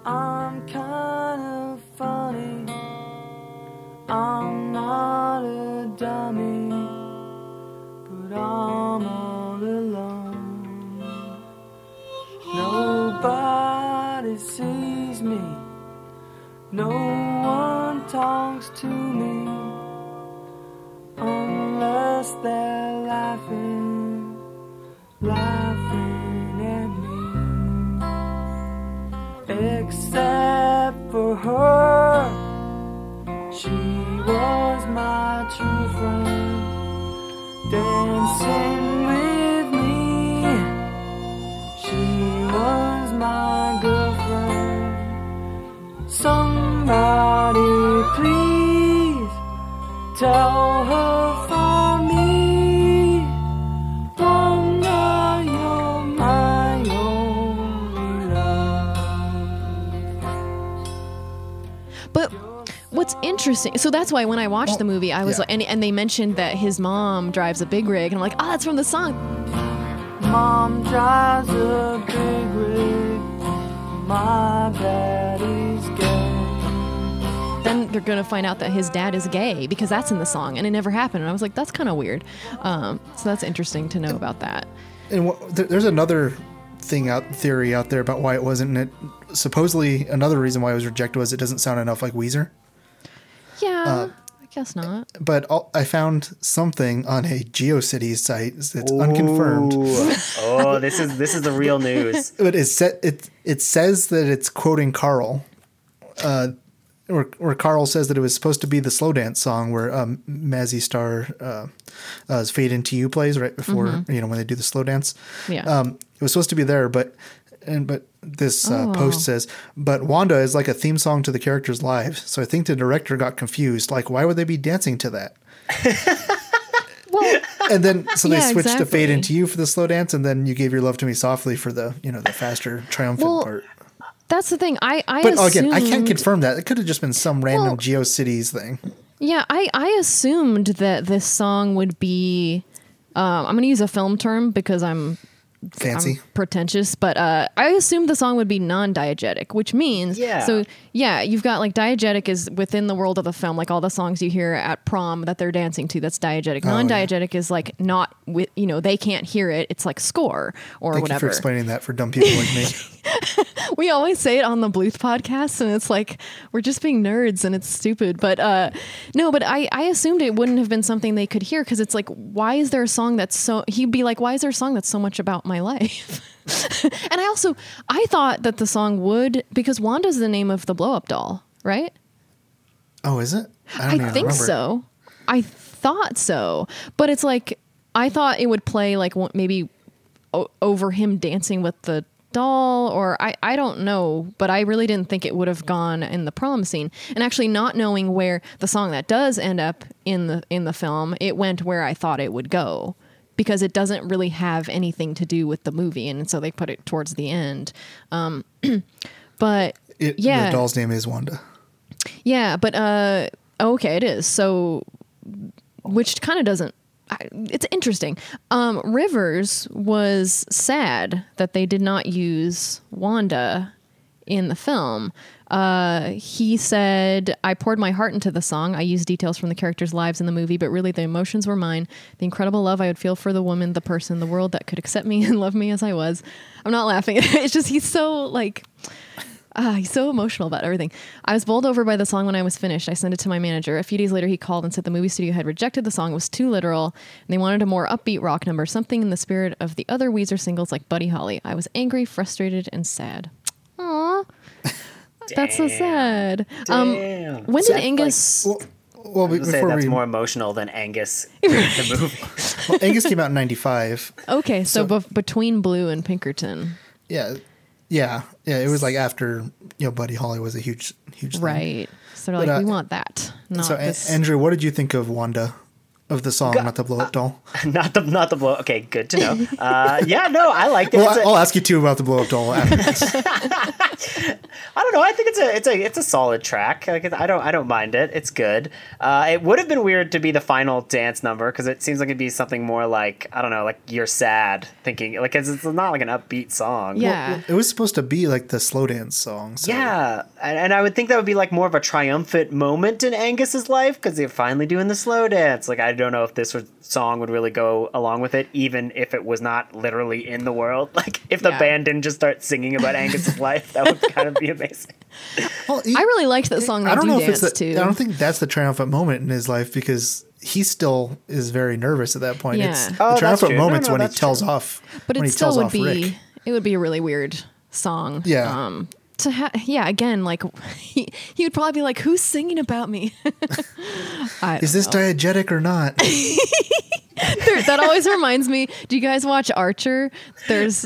Speaker 4: I'm kind of funny. I'm not a dummy, but I'm all alone. Nobody sees me. No one talks to me unless they're laughing laughing at me. Except for her, she was my true friend, dancing with me. She was my girlfriend. Somebody, please tell her for me. Wonder you're my only love.
Speaker 2: But what's interesting, so that's why when I watched the movie, I was
Speaker 1: yeah.
Speaker 2: like, and, and they mentioned that his mom drives a big rig, and I'm like, oh, that's from the song.
Speaker 4: Mom drives a big rig. My daddy's gay.
Speaker 2: Then they're gonna find out that his dad is gay because that's in the song, and it never happened. And I was like, that's kind of weird. Um, so that's interesting to know about that.
Speaker 1: And what, there, there's another thing out theory out there about why it wasn't. And it supposedly another reason why it was rejected was it doesn't sound enough like Weezer.
Speaker 2: Yeah,
Speaker 1: Uh,
Speaker 2: I guess not.
Speaker 1: But all, I found something on a GeoCities site that's unconfirmed.
Speaker 3: Ooh. oh, this is this is the real news.
Speaker 1: But it sa- it it says that it's quoting Carl, uh, where, where Carl says that it was supposed to be the slow dance song where um, Mazzy Star uh, uh, "Fade Into You" plays right before you know when they do the slow dance.
Speaker 2: Mm-hmm. Yeah.
Speaker 1: Um, it was supposed to be there, but and but this uh,
Speaker 2: Oh.
Speaker 1: post says, but Wanda is like a theme song to the characters' lives. So I think the director got confused. Like, why would they be dancing to that?
Speaker 2: Well,
Speaker 1: And then so they
Speaker 2: Yeah,
Speaker 1: switched to fade
Speaker 2: exactly.
Speaker 1: into you for the slow dance, and then you gave your love to me softly for the you know the faster triumphant
Speaker 2: Well,
Speaker 1: part.
Speaker 2: that's the thing. I I
Speaker 1: But again, I can't
Speaker 2: assumed-
Speaker 1: confirm that. It could have just been some random
Speaker 2: Well-
Speaker 1: GeoCities thing.
Speaker 2: Yeah, I, I assumed that this song would be. Um, I'm going to use a film term because I'm
Speaker 1: Fancy.
Speaker 2: I'm pretentious, but uh, I assumed the song would be non-diegetic, which means
Speaker 3: Yeah.
Speaker 2: So yeah, you've got like diegetic is within the world of the film, like all the songs you hear at prom that they're dancing to. That's diegetic.
Speaker 1: Oh,
Speaker 2: Non-diegetic is like not with you know they can't hear it. It's like score or
Speaker 1: Thank you for
Speaker 2: whatever.
Speaker 1: explaining that for dumb people like me.
Speaker 2: we always say it on the Bluth podcast, and it's like we're just being nerds and it's stupid. But uh, no, but I, I assumed it wouldn't have been something they could hear because it's like, why is there a song that's so? He'd be like, why is there a song that's so much about my life? And I also I thought that the song would because Wanda's the name of the blow up doll, right?
Speaker 1: Oh, is it?
Speaker 2: I,
Speaker 1: even
Speaker 2: think
Speaker 1: remember.
Speaker 2: so. I thought so, but it's like I thought it would play like one- maybe o- over him dancing with the doll, or I I don't know, but I really didn't think it would have gone in the prom scene. And actually, not knowing where the song that does end up in the in the film, it went where I thought it would go because it doesn't really have anything to do with the movie, and so they put it towards the end. Um, but
Speaker 1: It,
Speaker 2: Yeah.
Speaker 1: The doll's name is Wanda.
Speaker 2: yeah, but uh, okay, it is. So, which kind of doesn't. I- It's interesting. Um, Rivers was sad that they did not use Wanda in the film. Uh, he said, I poured my heart into the song. I used details from the characters' lives in the movie, but really the emotions were mine. The incredible love I would feel for the woman, the person, the world that could accept me and love me as I was. I'm not laughing. it's just, he's so like, Ah, he's so emotional about everything. I was bowled over by the song when I was finished. I sent it to my manager. A few days later, he called and said the movie studio had rejected the song. It was too literal, and they wanted a more upbeat rock number, something in the spirit of the other Weezer singles like Buddy Holly. I was angry, frustrated, and sad. Aw. That's so sad. Um,
Speaker 3: Damn.
Speaker 2: when
Speaker 3: So
Speaker 2: did
Speaker 3: that's,
Speaker 2: Angus?
Speaker 1: Well, well
Speaker 3: Like, I was gonna say
Speaker 1: before
Speaker 3: that's
Speaker 1: we,
Speaker 3: more emotional than Angus in the movie.
Speaker 1: well, Angus came out in '95.
Speaker 2: okay, so, bef- between Blue and Pinkerton,
Speaker 1: Yeah, yeah, yeah. It was like after you know Buddy Holly was a huge, huge thing.
Speaker 2: right? So they're like,
Speaker 1: But, uh,
Speaker 2: we want that, not
Speaker 1: So, A-
Speaker 2: this.
Speaker 1: Andrew, what did you think of Wanda, of the song, not the blow
Speaker 2: uh,
Speaker 1: up doll?
Speaker 3: not the not the blow. Okay, good to know. Uh, yeah, no, I liked it.
Speaker 1: Well,
Speaker 3: It's a-
Speaker 1: I- I'll ask you too about the blow up doll. After this.
Speaker 3: I don't know. I think it's a it's a it's a solid track. Like, I don't I don't mind it. It's good. Uh, it would have been weird to be the final dance number because it seems like it'd be something more like I don't know, like you're sad thinking like 'cause it's not like an upbeat song.
Speaker 2: yeah,
Speaker 1: it was supposed to be like the slow dance song. So.
Speaker 3: Yeah, and, and I would think that would be like more of a triumphant moment in Angus's life because they're finally doing the slow dance. Like I don't know if this would, song would really go along with it, even if it was not literally in the world. Like if the
Speaker 2: Yeah.
Speaker 3: band didn't just start singing about Angus's life, that would kind of be amazing.
Speaker 1: Well, he-
Speaker 2: I really liked that song. They
Speaker 1: I don't
Speaker 2: do
Speaker 1: know if
Speaker 2: dance
Speaker 1: it's the,
Speaker 2: to.
Speaker 1: I don't think that's the triumphant moment in his life because he still is very nervous at that point.
Speaker 2: Yeah.
Speaker 1: It's,
Speaker 3: Oh,
Speaker 1: the
Speaker 3: that's
Speaker 1: triumphant
Speaker 3: true. No,
Speaker 1: moments
Speaker 3: no,
Speaker 1: when he
Speaker 3: that's
Speaker 1: tells
Speaker 3: true.
Speaker 1: off.
Speaker 2: but
Speaker 1: when
Speaker 2: it
Speaker 1: he
Speaker 2: still
Speaker 1: tells
Speaker 2: would
Speaker 1: off
Speaker 2: be
Speaker 1: Rick.
Speaker 2: it would be a really weird song
Speaker 1: Yeah.
Speaker 2: um to ha- yeah again like he, he would probably be like who's singing about me I
Speaker 1: Is this diegetic or not?
Speaker 2: there- that always reminds me do you guys watch archer there's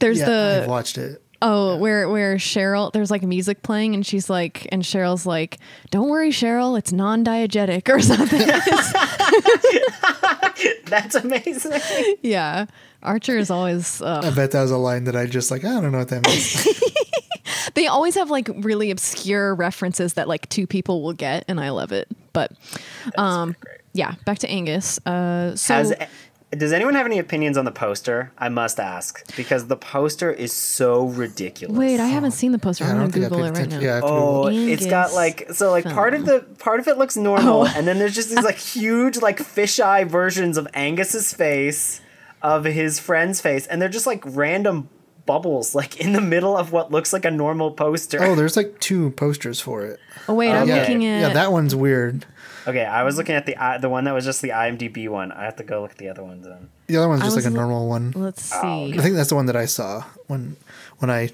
Speaker 2: there's
Speaker 1: yeah, I've
Speaker 2: the
Speaker 1: watched it.
Speaker 2: oh where where cheryl there's like music playing and she's like and cheryl's like don't worry cheryl it's non-diegetic or something
Speaker 3: That's amazing.
Speaker 2: yeah archer is always uh,
Speaker 1: I bet that was a line that I just like. I don't know what that means.
Speaker 2: they always have like really obscure references that like two people will get and i love it but um yeah back to angus uh so
Speaker 3: Has, does anyone have any opinions on the poster? I must ask because the poster is so ridiculous.
Speaker 2: wait i haven't seen the poster
Speaker 1: I
Speaker 2: i'm
Speaker 1: don't think
Speaker 2: gonna google
Speaker 1: I
Speaker 2: it
Speaker 1: paid
Speaker 2: right now
Speaker 1: attention. Yeah, I have to Google
Speaker 3: Oh,
Speaker 1: it.
Speaker 3: it's got
Speaker 2: Angus
Speaker 3: like so like part of the part of it looks normal,
Speaker 2: Oh.
Speaker 3: and then there's just these like huge like fisheye versions of Angus's face, of his friend's face, and they're just like random bubbles like in the middle of what looks like a normal poster.
Speaker 1: Oh, there's like two posters for it.
Speaker 2: oh wait i'm
Speaker 1: yeah,
Speaker 2: looking at
Speaker 1: yeah, that one's weird.
Speaker 3: Okay, I was looking at the I the one that was just the IMDb one. I have to go look at the other ones then.
Speaker 1: The other one's just like
Speaker 2: was
Speaker 1: a
Speaker 2: lo-
Speaker 1: normal one.
Speaker 2: let's see
Speaker 1: I think that's the one that I saw when when I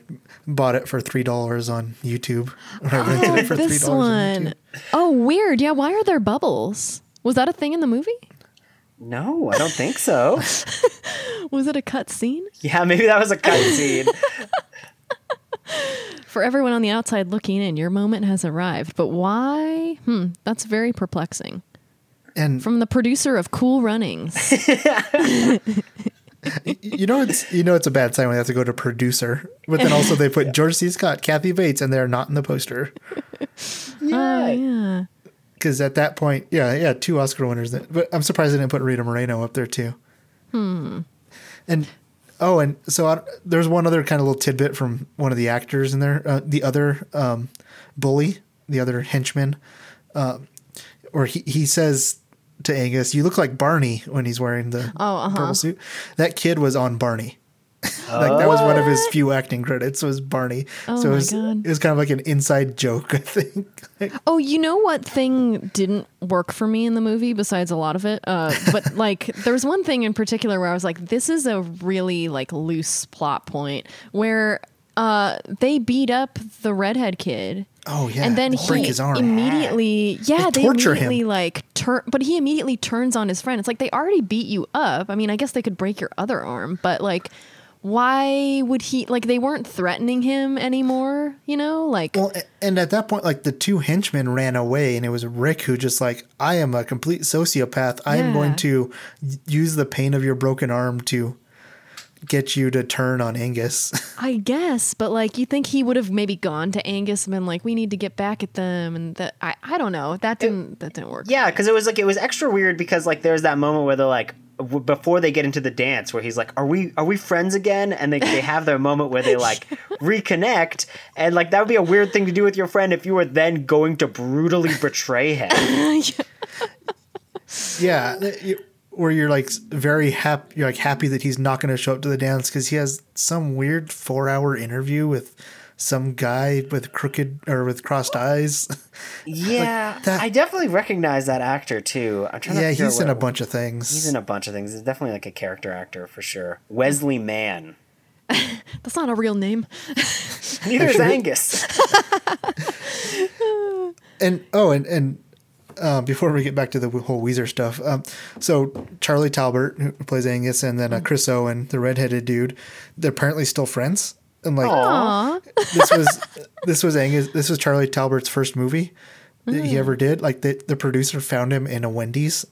Speaker 1: bought it for three dollars on YouTube. When I rented
Speaker 2: oh, this one. Oh, weird yeah why are there bubbles was that a thing in the movie
Speaker 3: No, I don't think so.
Speaker 2: was it a cut scene
Speaker 3: yeah, maybe that was a cutscene.
Speaker 2: for everyone on the outside looking in your moment has arrived but why hmm that's very perplexing
Speaker 1: And
Speaker 2: from the producer of cool runnings
Speaker 1: you know it's you know it's a bad sign when they have to go to producer, but then also they put George C. Scott, Kathy Bates, and they're not in the poster
Speaker 2: yeah. yeah
Speaker 1: because at that point, yeah, yeah, two Oscar winners. That, but I'm surprised they didn't put Rita Moreno up there too. Hmm. And oh, and so I, there's one other kind of little tidbit from one of the actors in there, uh, the other um, bully, the other henchman, uh, or he he says to Angus, "You look like Barney" when he's wearing the
Speaker 2: uh-huh.
Speaker 1: purple suit. That kid was on Barney. like that was one of his few acting credits was Barney.
Speaker 2: Oh
Speaker 1: so it
Speaker 2: my
Speaker 1: was,
Speaker 2: God.
Speaker 1: it was kind of like an inside joke, I think. Like,
Speaker 2: Oh, you know what thing didn't work for me in the movie besides a lot of it? Uh, but like there was one thing in particular where I was like, this is a really like loose plot point where uh, they beat up the redhead kid.
Speaker 1: oh yeah,
Speaker 2: and then
Speaker 1: break
Speaker 2: he
Speaker 1: his arm.
Speaker 2: immediately, yeah,
Speaker 1: They
Speaker 2: they,
Speaker 1: torture him.
Speaker 2: immediately like turn, but he immediately turns on his friend. It's like they already beat you up. I mean, I guess they could break your other arm, but like, why would he? Like, they weren't threatening him anymore. You know, like
Speaker 1: Well, a- and at that point, like the two henchmen ran away, and it was Rick who just like, I am a complete sociopath. I am
Speaker 2: Yeah.
Speaker 1: going to y- use the pain of your broken arm to get you to turn on Angus.
Speaker 2: I guess, but like you think he would have maybe gone to Angus and been like, "We need to get back at them," and that I, I don't know. That didn't that didn't work.
Speaker 3: Yeah, because it was like it was extra weird because like there's that moment where they're like w- before they get into the dance where he's like are we are we friends again and they, they have their moment where they like reconnect and like that would be a weird thing to do with your friend if you were then going to brutally betray him
Speaker 1: yeah, th- you- where you're like s- very happy. You're like happy that he's not going to show up to the dance because he has some weird four hour interview with some guy with crooked or with crossed eyes.
Speaker 3: yeah
Speaker 1: that-
Speaker 3: i definitely recognize that actor too i'm trying to
Speaker 1: yeah,
Speaker 3: figure out
Speaker 1: he's in a
Speaker 3: what-
Speaker 1: bunch of things.
Speaker 3: he's in a bunch of things he's definitely like a character actor for sure wesley mann
Speaker 2: That's not a real name.
Speaker 3: neither is angus
Speaker 1: and oh, and and uh, before we get back to the whole Weezer stuff, um, so Charlie Talbert who plays Angus, and then uh, Chris Owen, the redheaded dude, they're apparently still friends. And like
Speaker 2: Aw.
Speaker 1: this was this was Angus, this was Charlie Talbert's first movie that he ever did. Like the the producer found him in a Wendy's.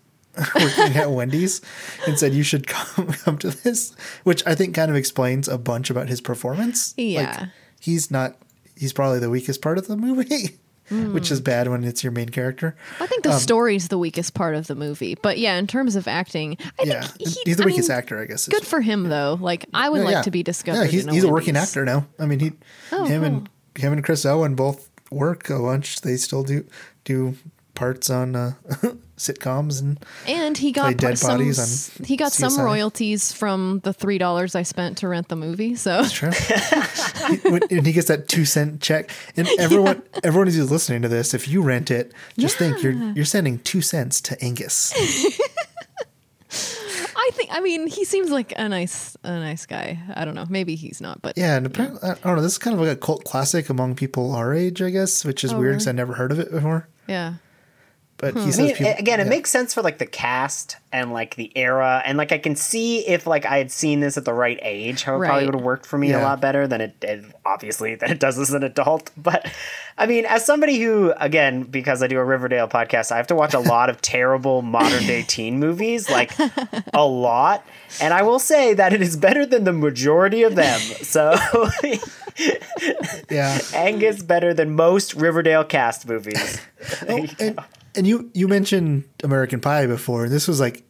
Speaker 1: working at Wendy's and said you should come come to this, which I think kind of explains a bunch about his performance. Like,
Speaker 2: Yeah.
Speaker 1: he's not he's probably the weakest part of the movie, which
Speaker 2: Hmm.
Speaker 1: is bad when it's your main character.
Speaker 2: I think
Speaker 1: Um,
Speaker 2: the story's the weakest part of the movie, but yeah, in terms of acting, I
Speaker 1: yeah,
Speaker 2: think he,
Speaker 1: he's the
Speaker 2: I
Speaker 1: weakest
Speaker 2: mean,
Speaker 1: actor, I guess. is-
Speaker 2: Good for him though. Like I would
Speaker 1: Yeah,
Speaker 2: like
Speaker 1: yeah.
Speaker 2: to be discovered.
Speaker 1: Yeah, he's,
Speaker 2: in
Speaker 1: he's a working
Speaker 2: Wendy's.
Speaker 1: actor now. I mean, he,
Speaker 2: Oh,
Speaker 1: him and him and Chris Owen both work a bunch. They still do do parts on uh, sitcoms and
Speaker 2: and he
Speaker 1: Play
Speaker 2: got
Speaker 1: Dead
Speaker 2: par- some,
Speaker 1: Bodies
Speaker 2: s-
Speaker 1: on
Speaker 2: he got some
Speaker 1: CSI.
Speaker 2: royalties from the three dollars I spent to rent the movie. So
Speaker 1: Sure. when, and he gets that two cent check, and everyone, everyone who's listening to this, if you rent it, just think you're you're sending two cents to Angus.
Speaker 2: I think I mean he seems like a nice a nice guy. I don't know. Maybe he's not, but
Speaker 1: Yeah, and apparently, I don't know. This is kind of like a cult classic among people our age, I guess, which is
Speaker 2: Oh,
Speaker 1: weird because
Speaker 2: really? Hmm.
Speaker 1: I never heard of it before.
Speaker 2: yeah.
Speaker 1: But he
Speaker 3: I
Speaker 1: says,
Speaker 3: mean,
Speaker 1: people,
Speaker 3: a- again, it
Speaker 1: yeah.
Speaker 3: makes sense for like the cast and like the era, and like I can see if like I had seen this at the right age, how it probably
Speaker 2: Right.
Speaker 3: would have worked for me a
Speaker 1: Yeah.
Speaker 3: lot better than it, it obviously than it does as an adult. But I mean, as somebody who, again, because I do a Riverdale podcast, I have to watch a lot of terrible modern day teen movies, like a lot, and I will say that it is better than the majority of them. So
Speaker 1: yeah.
Speaker 3: Angus better than most Riverdale cast movies.
Speaker 1: Oh, and, and you you mentioned American Pie before. This was like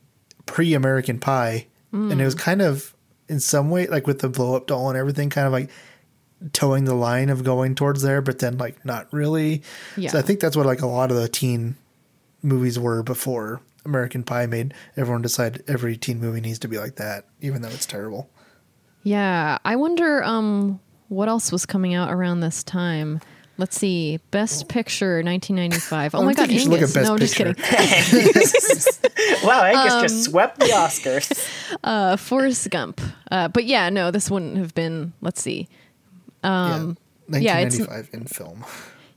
Speaker 1: pre American Pie, and it
Speaker 2: Mm.
Speaker 1: was kind of in some way like with the blow up doll and everything, kind of like towing the line of going towards there, but then like not really.
Speaker 2: Yeah.
Speaker 1: So I think that's what like a lot of the teen movies were before American Pie made everyone decide every teen movie needs to be like that, even though it's terrible.
Speaker 2: Yeah, I wonder um what else was coming out around this time. Let's see, Best Picture 1995. Oh
Speaker 1: I
Speaker 2: my
Speaker 1: don't think
Speaker 2: God,
Speaker 1: you should look
Speaker 2: Angus.
Speaker 1: at Best
Speaker 2: no, just
Speaker 1: Picture.
Speaker 2: kidding.
Speaker 3: wow, Angus just swept the Oscars.
Speaker 2: Uh, Forrest Gump. Uh, but yeah, no, this wouldn't have been. Let's see.
Speaker 1: Um,
Speaker 2: yeah, it's-
Speaker 1: 1995 in film.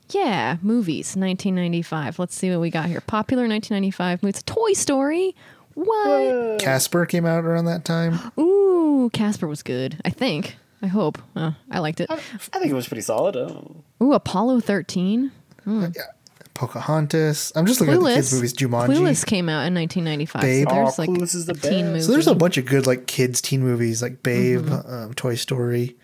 Speaker 2: Yeah, movies 1995. Let's see what we got here. Popular 1995 movies. Toy Story. What?
Speaker 1: Casper came out around that time.
Speaker 2: Ooh, Casper was good. I think. I hope. Uh, I liked it.
Speaker 3: I think it was pretty solid. Oh.
Speaker 2: Ooh, Apollo 13.
Speaker 1: Pocahontas. I'm just looking at the
Speaker 2: Clueless.
Speaker 1: kids' movies. Jumanji.
Speaker 2: Clueless came out in 1995.
Speaker 1: Babe. Oh,
Speaker 2: So there's
Speaker 3: Aw,
Speaker 2: like
Speaker 3: Clueless is the
Speaker 2: teen
Speaker 3: best.
Speaker 2: movie. Mm-hmm.
Speaker 1: So there's a bunch of good like kids teen movies like Babe, um, Toy Story,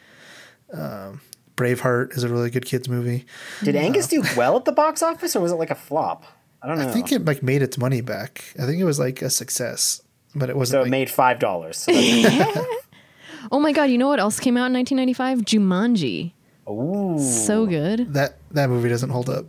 Speaker 1: um, Braveheart is a really good kids movie.
Speaker 3: Did Angus do well at the box office, or was it like a flop? I don't know.
Speaker 1: I think it like made its money back. I think it was like a success, but it wasn't.
Speaker 3: so. It
Speaker 1: like,
Speaker 3: made five dollars.
Speaker 2: oh my god, you know what else came out in 1995? Jumanji.
Speaker 3: Ooh,
Speaker 2: So good.
Speaker 1: that that movie doesn't hold up.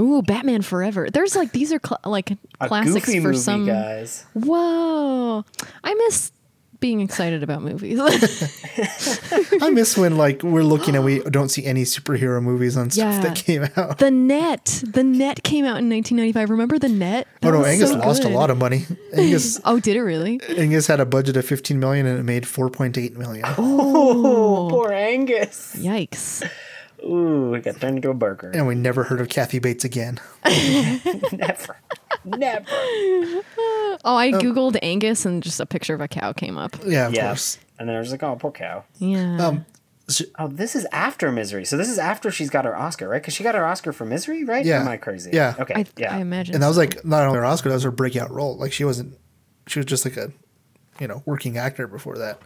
Speaker 2: Ooh, Batman Forever. There's like these are cl- like
Speaker 3: a
Speaker 2: classics
Speaker 3: goofy
Speaker 2: for
Speaker 3: movie,
Speaker 2: some.
Speaker 3: guys.
Speaker 2: Whoa, I miss being excited about movies.
Speaker 1: I miss when like we're looking and we don't see any superhero movies on stuff
Speaker 2: Yeah.
Speaker 1: that came out.
Speaker 2: the Net. The Net came out in 1995. Remember The Net?
Speaker 1: oh
Speaker 2: That
Speaker 1: no,
Speaker 2: was
Speaker 1: Angus
Speaker 2: so
Speaker 1: lost
Speaker 2: good.
Speaker 1: a lot of money. Angus
Speaker 2: Oh, did it really?
Speaker 1: Angus had a budget of 15 million and it made 4.8 million.
Speaker 3: Oh, poor Angus.
Speaker 2: Yikes.
Speaker 3: Ooh, we got turned into a burger.
Speaker 1: And we never heard of Kathy Bates again.
Speaker 3: Never. Never.
Speaker 2: Oh,
Speaker 3: Um,
Speaker 2: I googled Angus and just a picture of a cow came up.
Speaker 1: Yeah, of
Speaker 3: Yeah.
Speaker 1: course.
Speaker 3: And then I was like, oh, poor cow.
Speaker 2: Yeah.
Speaker 1: Um, so-
Speaker 3: Oh, this is after Misery. So this is after she's got her Oscar, right? Because she got her Oscar for Misery, right?
Speaker 1: Yeah.
Speaker 3: Am I crazy?
Speaker 1: Yeah.
Speaker 3: Okay.
Speaker 2: I,
Speaker 3: yeah.
Speaker 2: I imagine.
Speaker 1: and that was
Speaker 2: so.
Speaker 1: like not only her Oscar, that was her breakout role. Like she wasn't, she was just like a, you know, working actor before that.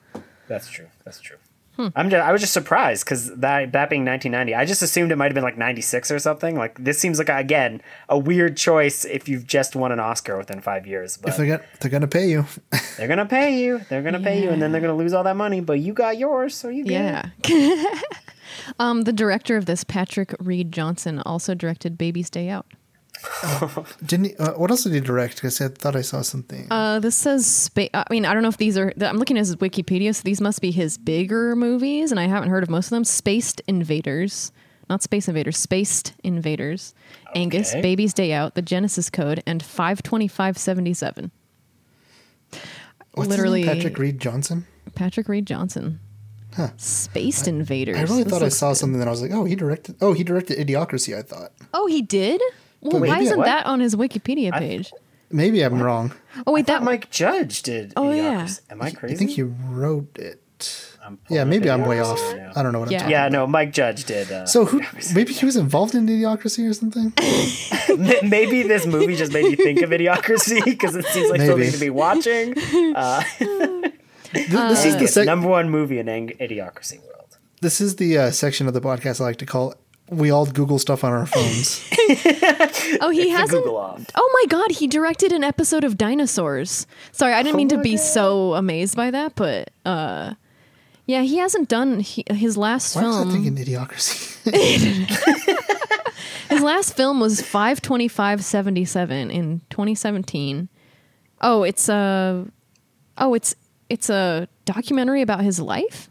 Speaker 3: That's true. That's true.
Speaker 2: Hmm.
Speaker 3: I'm just, I was just surprised because that that being 1990, I just assumed it might have been like 96 or something. Like this seems like again a weird choice if you've just won an Oscar within five years. But
Speaker 1: If they're gonna, they're gonna pay you.
Speaker 3: they're gonna pay you. They're gonna pay you, and then they're gonna lose all that money. But you got yours, so you get it.
Speaker 2: Yeah. um, the director of this, Patrick Reed Johnson, also directed Babies Day Out.
Speaker 1: Didn't? He, uh, what else did he direct? Because I thought I saw something.
Speaker 2: Uh, this says space. I mean, I don't know if these are. th- I'm looking at his Wikipedia, so these must be his bigger movies, and I haven't heard of most of them. Spaced Invaders, not Space Invaders, Spaced Invaders, Angus,
Speaker 3: Okay.
Speaker 2: Baby's Day Out, The Genesis Code, and 52577.
Speaker 1: What's his name?
Speaker 2: literally,
Speaker 1: Patrick Reed Johnson.
Speaker 2: Patrick Reed Johnson. Spaced Invaders.
Speaker 1: I really
Speaker 2: This
Speaker 1: thought I
Speaker 2: looks
Speaker 1: saw
Speaker 2: good.
Speaker 1: something that I was like, oh, he directed. Oh, he directed Idiocracy. I thought
Speaker 2: Oh, he did. Well,
Speaker 1: Wait,
Speaker 2: why
Speaker 1: he did
Speaker 2: isn't
Speaker 3: what?
Speaker 2: that on his Wikipedia page?
Speaker 1: maybe I'm wrong.
Speaker 2: oh wait,
Speaker 3: That
Speaker 2: that
Speaker 3: Mike Judge did.
Speaker 2: Oh, yeah.
Speaker 3: Idiocracy. Am I crazy?
Speaker 1: I think he wrote it.
Speaker 3: I'm pulling
Speaker 1: Yeah,
Speaker 3: up
Speaker 1: maybe I'm way
Speaker 3: Idiocracy
Speaker 1: off.
Speaker 3: right now.
Speaker 1: I don't know what
Speaker 2: Yeah.
Speaker 1: I'm talking.
Speaker 3: Yeah, no, Mike Judge did. Uh,
Speaker 1: So who? Maybe he was involved in Idiocracy or something.
Speaker 3: M- Maybe this movie just made you think of Idiocracy because it seems like something
Speaker 1: Maybe.
Speaker 3: to be watching.
Speaker 1: Th- this
Speaker 2: Uh,
Speaker 1: is the
Speaker 3: It's
Speaker 1: sec-
Speaker 3: number one movie in ang- Idiocracy world.
Speaker 1: this is the uh, section of the podcast I like to call. We all Google stuff on our phones.
Speaker 2: oh he
Speaker 3: The
Speaker 2: hasn't.
Speaker 3: Google off.
Speaker 2: Oh my god, he directed an episode of Dinosaurs. Sorry, I didn't mean to be so amazed by that, but uh yeah, he hasn't done he, his last
Speaker 1: Why was I
Speaker 2: film.
Speaker 1: thinking Idiocracy?
Speaker 2: His last film was 52577 in 2017. Oh, it's a Oh, it's it's a documentary about his life?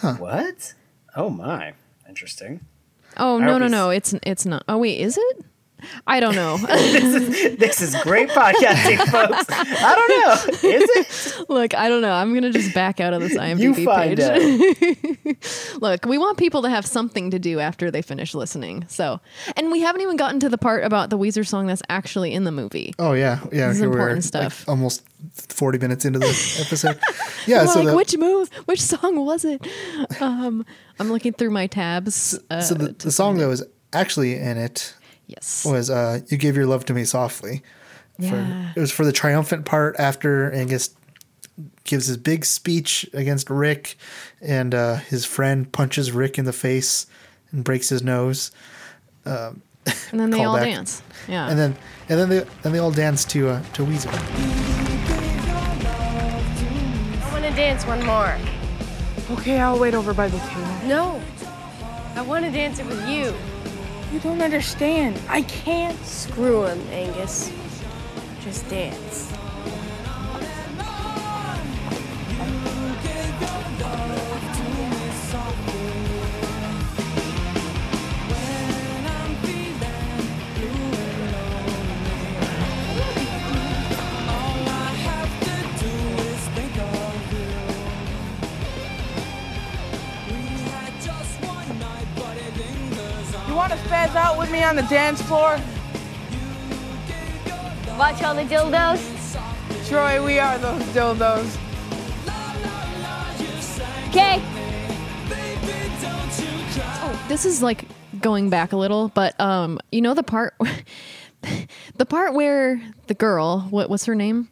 Speaker 3: What? Oh my, interesting.
Speaker 2: Oh,
Speaker 3: I
Speaker 2: no,
Speaker 3: hope
Speaker 2: no,
Speaker 3: he's-
Speaker 2: no. It's it's not. Oh, wait, is it? I don't know.
Speaker 3: This is great podcasting, folks. I don't know. Is it?
Speaker 2: Look, I don't know. I'm going to just back out of this IMDb
Speaker 3: You find
Speaker 2: page.
Speaker 3: out.
Speaker 2: Look, we want people to have something to do after they finish listening. So, and we haven't even gotten to the part about the Weezer song that's actually in the movie.
Speaker 1: Oh yeah, yeah.
Speaker 2: This is
Speaker 1: here we are, like,
Speaker 2: important stuff.
Speaker 1: almost forty minutes into this episode. Yeah,
Speaker 2: We're
Speaker 1: so
Speaker 2: like,
Speaker 1: the,
Speaker 2: which move? Which song was it? Um, I'm looking through my tabs. Uh,
Speaker 1: so the, the song that was actually in it
Speaker 2: yes.
Speaker 1: was uh, "You Gave Your Love to Me Softly." For,
Speaker 2: Yeah.
Speaker 1: It was for the triumphant part after Angus gives his big speech against Rick, and uh, his friend punches Rick in the face and breaks his nose,
Speaker 2: And then they all
Speaker 1: callback.
Speaker 2: dance. Yeah.
Speaker 1: and then and then they then they all dance to uh, to Weezer.
Speaker 5: I want to dance one more.
Speaker 6: Okay, I'll wait over by the table.
Speaker 5: No, I want to dance it with you.
Speaker 6: You don't understand. I can't.
Speaker 5: Screw him, Angus. Just dance.
Speaker 6: You want to spaz out with me on the dance floor?
Speaker 5: Watch all the dildos.
Speaker 6: Troy, we are those dildos.
Speaker 5: Okay.
Speaker 2: this is like going back a little, but um, you know the part, the part where the girl, what what's her name?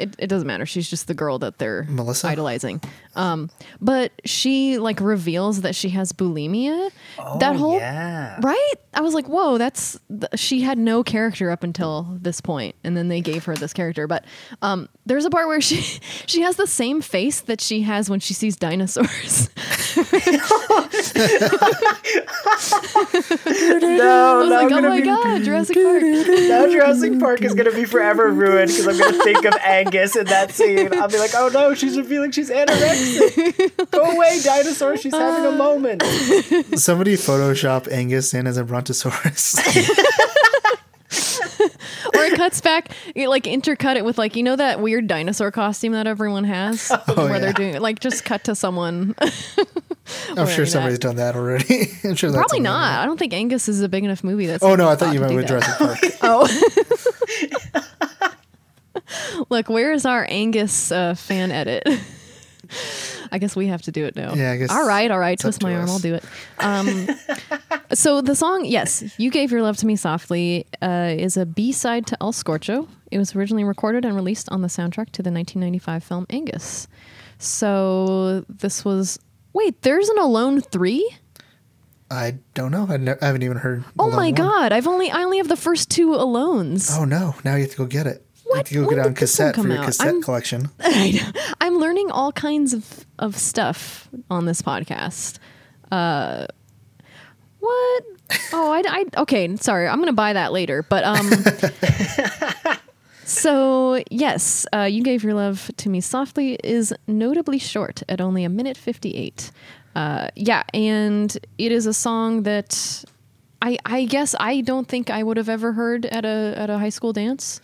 Speaker 2: It, it doesn't matter. She's just the girl that they're
Speaker 1: Melissa?
Speaker 2: idolizing. Um, but she like reveals that she has bulimia. that whole
Speaker 3: Oh, yeah.
Speaker 2: right? I was like, whoa, that's th- she had no character up until this point, and then they gave her this character. But um, there's a part where she she has the same face that she has when she sees dinosaurs.
Speaker 3: No,
Speaker 2: I was
Speaker 3: no,
Speaker 2: like,
Speaker 3: I'm
Speaker 2: oh
Speaker 3: gonna
Speaker 2: my
Speaker 3: be-
Speaker 2: god, Jurassic Park.
Speaker 3: Now Jurassic Park is gonna be forever ruined because I'm gonna think of Angus in that scene. I'll be like, oh no, she's revealing she's anorexic. Go away, dinosaur. She's having
Speaker 2: Uh,
Speaker 3: a moment.
Speaker 1: Somebody Photoshop Angus in as a brontosaurus.
Speaker 2: or it cuts back, it, like intercut it with like you know that weird dinosaur costume that everyone has, where
Speaker 1: Oh, yeah.
Speaker 2: they're doing like just cut to someone.
Speaker 1: I'm sure
Speaker 2: that.
Speaker 1: somebody's done that already. I'm sure that's
Speaker 2: Probably
Speaker 1: on there.
Speaker 2: not. I don't think Angus is a big enough movie. That's
Speaker 1: Oh no, I thought you
Speaker 2: to
Speaker 1: meant with
Speaker 2: do that.
Speaker 1: Jurassic Park.
Speaker 2: Look, where is our Angus uh, fan edit? I guess we have to do it now.
Speaker 1: Yeah, I guess
Speaker 2: All right, all right.
Speaker 1: up
Speaker 2: Twist
Speaker 1: to
Speaker 2: my arm.
Speaker 1: us.
Speaker 2: I'll do it. Um, so the song, yes, you gave your love to me softly, uh, is a B side to El Scorcho. It was originally recorded and released on the soundtrack to the 1995 film Angus. So this was. Wait, there's an Alone three.
Speaker 1: I don't know. I, ne- I haven't even heard.
Speaker 2: Oh
Speaker 1: Alone
Speaker 2: my
Speaker 1: One.
Speaker 2: god! I've only I only have the first two Alones.
Speaker 1: Oh no! Now you have to go get it.
Speaker 2: What?
Speaker 1: You have to go
Speaker 2: When
Speaker 1: get it on
Speaker 2: did this one
Speaker 1: cassette for
Speaker 2: come
Speaker 1: your
Speaker 2: out?
Speaker 1: cassette
Speaker 2: I'm-
Speaker 1: collection.
Speaker 2: I know. I'm learning all kinds of, of stuff on this podcast. Uh, what? Oh, I, I okay. Sorry, I'm gonna buy that later. But um, so yes, uh, you gave your love to me softly is notably short at only a minute fifty eight. Uh, yeah, and it is a song that I I guess I don't think I would have ever heard at a at a high school dance,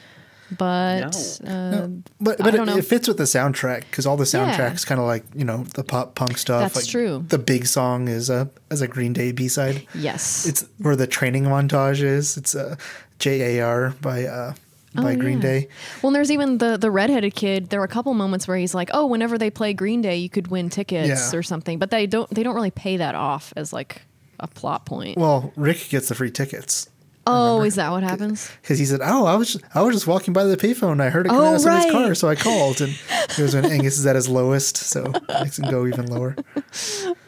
Speaker 2: but uh,
Speaker 1: But
Speaker 2: I
Speaker 1: but
Speaker 2: don't
Speaker 1: it,
Speaker 2: know.
Speaker 1: it fits with the soundtrack because all the
Speaker 2: Yeah.
Speaker 1: soundtracks kind of like you know the pop punk stuff.
Speaker 2: That's
Speaker 1: like,
Speaker 2: true.
Speaker 1: The big song is a as a Green Day B side.
Speaker 2: yes,
Speaker 1: It's where the training montage is. It's uh, J A R by uh, by
Speaker 2: Oh,
Speaker 1: Green
Speaker 2: yeah.
Speaker 1: Day.
Speaker 2: Well, and there's even the the redheaded kid. There were a couple moments where he's like, "Oh, whenever they play Green Day, you could win tickets
Speaker 1: Yeah.
Speaker 2: or something," but they don't they don't really pay that off as like a plot point.
Speaker 1: Well, Rick gets the free tickets.
Speaker 2: oh, is that what happens?
Speaker 1: Because he said, "Oh, I was just, I was just walking by the payphone. and I heard it coming
Speaker 2: Oh,
Speaker 1: out of somebody's car,
Speaker 2: right.
Speaker 1: so I called." And it was when Angus is at his lowest, so it makes him go even lower.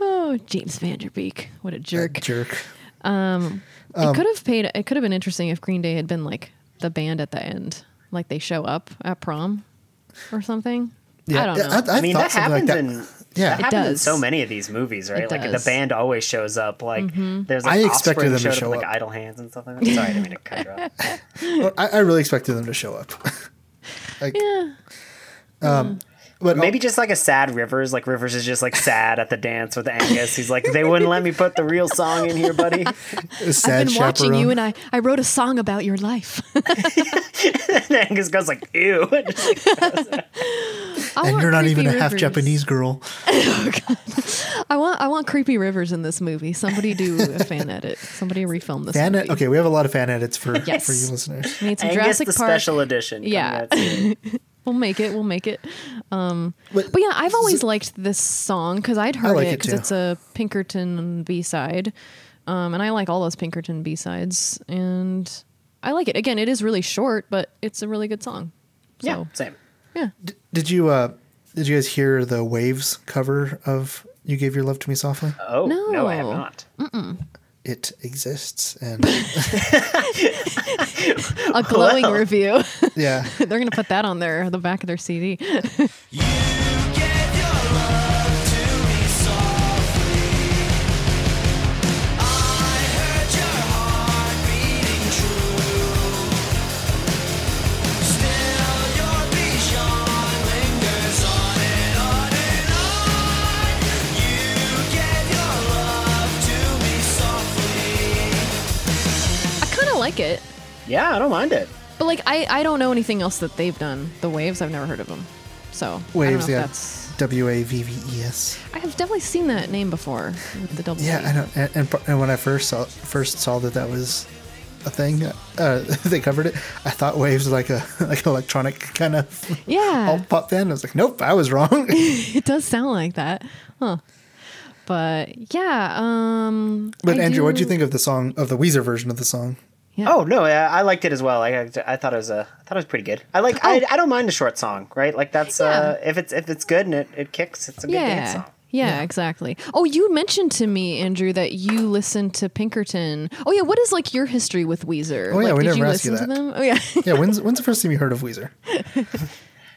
Speaker 2: Oh, James Vanderbeek, what a jerk!
Speaker 1: Jerk. Um,
Speaker 2: it could have paid. It could have been interesting if Green Day had been like the band at the end, like they show up at prom or something. I don't know.
Speaker 3: I mean, that happens in.
Speaker 1: Yeah.
Speaker 3: that happens in
Speaker 2: does.
Speaker 3: so many of these movies, right?
Speaker 2: It
Speaker 3: Like the
Speaker 2: does. Mm-hmm.
Speaker 3: band always shows up. Like there's like
Speaker 1: I expected
Speaker 3: Offspring
Speaker 1: them to
Speaker 3: showed
Speaker 1: show
Speaker 3: up, with,
Speaker 1: up.
Speaker 3: like Idle Hands and stuff like that. Sorry, I didn't mean to cut you off.
Speaker 1: I, I really expected them to show up. like,
Speaker 2: yeah.
Speaker 1: but
Speaker 3: Maybe just like a sad Rivers. Like Rivers is just like sad at the dance with Angus. He's like, they wouldn't let me put the real song in here, buddy.
Speaker 1: a sad
Speaker 2: I've been watching you,
Speaker 1: chaperone.
Speaker 2: and I I wrote a song about your life.
Speaker 3: And Angus goes like, ew.
Speaker 2: I
Speaker 1: and
Speaker 2: want
Speaker 1: you're not even a
Speaker 2: creepy
Speaker 1: half
Speaker 2: rivers.
Speaker 1: Japanese girl.
Speaker 2: I want I want creepy rivers in this movie. Somebody do a fan edit. Somebody refilm this.
Speaker 1: Fan e-
Speaker 2: movie.
Speaker 1: okay, we have a lot of fan edits for
Speaker 2: Yes.
Speaker 1: for you listeners.
Speaker 2: We need some
Speaker 3: Angus
Speaker 2: Jurassic
Speaker 3: the
Speaker 2: Park.
Speaker 3: special edition. coming
Speaker 2: Yeah.
Speaker 3: out soon.
Speaker 2: We'll make it. We'll make it.
Speaker 1: But,
Speaker 2: But yeah, I've always liked this song because I'd heard
Speaker 1: like
Speaker 2: it
Speaker 1: it
Speaker 2: because
Speaker 1: too.
Speaker 2: it's a Pinkerton B side, um, and I like all those Pinkerton B sides, and I like it. Again, it is really short, but it's a really good song.
Speaker 3: Yeah,
Speaker 2: So,
Speaker 3: same.
Speaker 2: yeah.
Speaker 1: did you uh did you guys hear the Waves cover of "You Gave Your Love to Me Softly"?
Speaker 3: Oh no, I have
Speaker 2: No.
Speaker 3: not.
Speaker 1: It exists, and
Speaker 2: A glowing review.
Speaker 1: yeah,
Speaker 2: They're gonna put that on their the back of their CD. I kind of like it.
Speaker 3: Yeah, I don't mind it.
Speaker 2: But like I, I don't know anything else that they've done. The Waves, I've never heard of them. So I don't know
Speaker 1: Waves.
Speaker 2: if
Speaker 1: Yeah,
Speaker 2: that's
Speaker 1: W A V V E S.
Speaker 2: I have definitely seen that name before. with The double
Speaker 1: Yeah,
Speaker 2: V.
Speaker 1: I know. And, and, par- and when I first saw first saw that that was a thing, uh, they covered it. I thought Waves was like a like an electronic kind of
Speaker 2: Yeah.
Speaker 1: alt pop band. I was like, nope, I was wrong.
Speaker 2: It does sound like that. Huh. But yeah, um
Speaker 1: but
Speaker 2: I
Speaker 1: Andrew, what do you
Speaker 2: do-
Speaker 1: think of the song of the Weezer version of the song?
Speaker 3: Oh no, I, I liked it as well. I, I I thought it was a I thought it was pretty good. I like
Speaker 2: Oh.
Speaker 3: I, I don't mind a short song, right? Like that's uh if it's if it's good and it, it kicks, it's a good dance
Speaker 2: Yeah.
Speaker 3: song.
Speaker 2: Yeah, exactly. Oh, you mentioned to me, Andrew, that you listened to Pinkerton. Oh yeah, what is like your history with Weezer?
Speaker 1: Oh, yeah,
Speaker 2: like,
Speaker 1: we
Speaker 2: did
Speaker 1: never
Speaker 2: you
Speaker 1: asked you
Speaker 2: listen to
Speaker 1: that.
Speaker 2: them? Oh yeah.
Speaker 1: Yeah, when's when's the first time you heard of Weezer?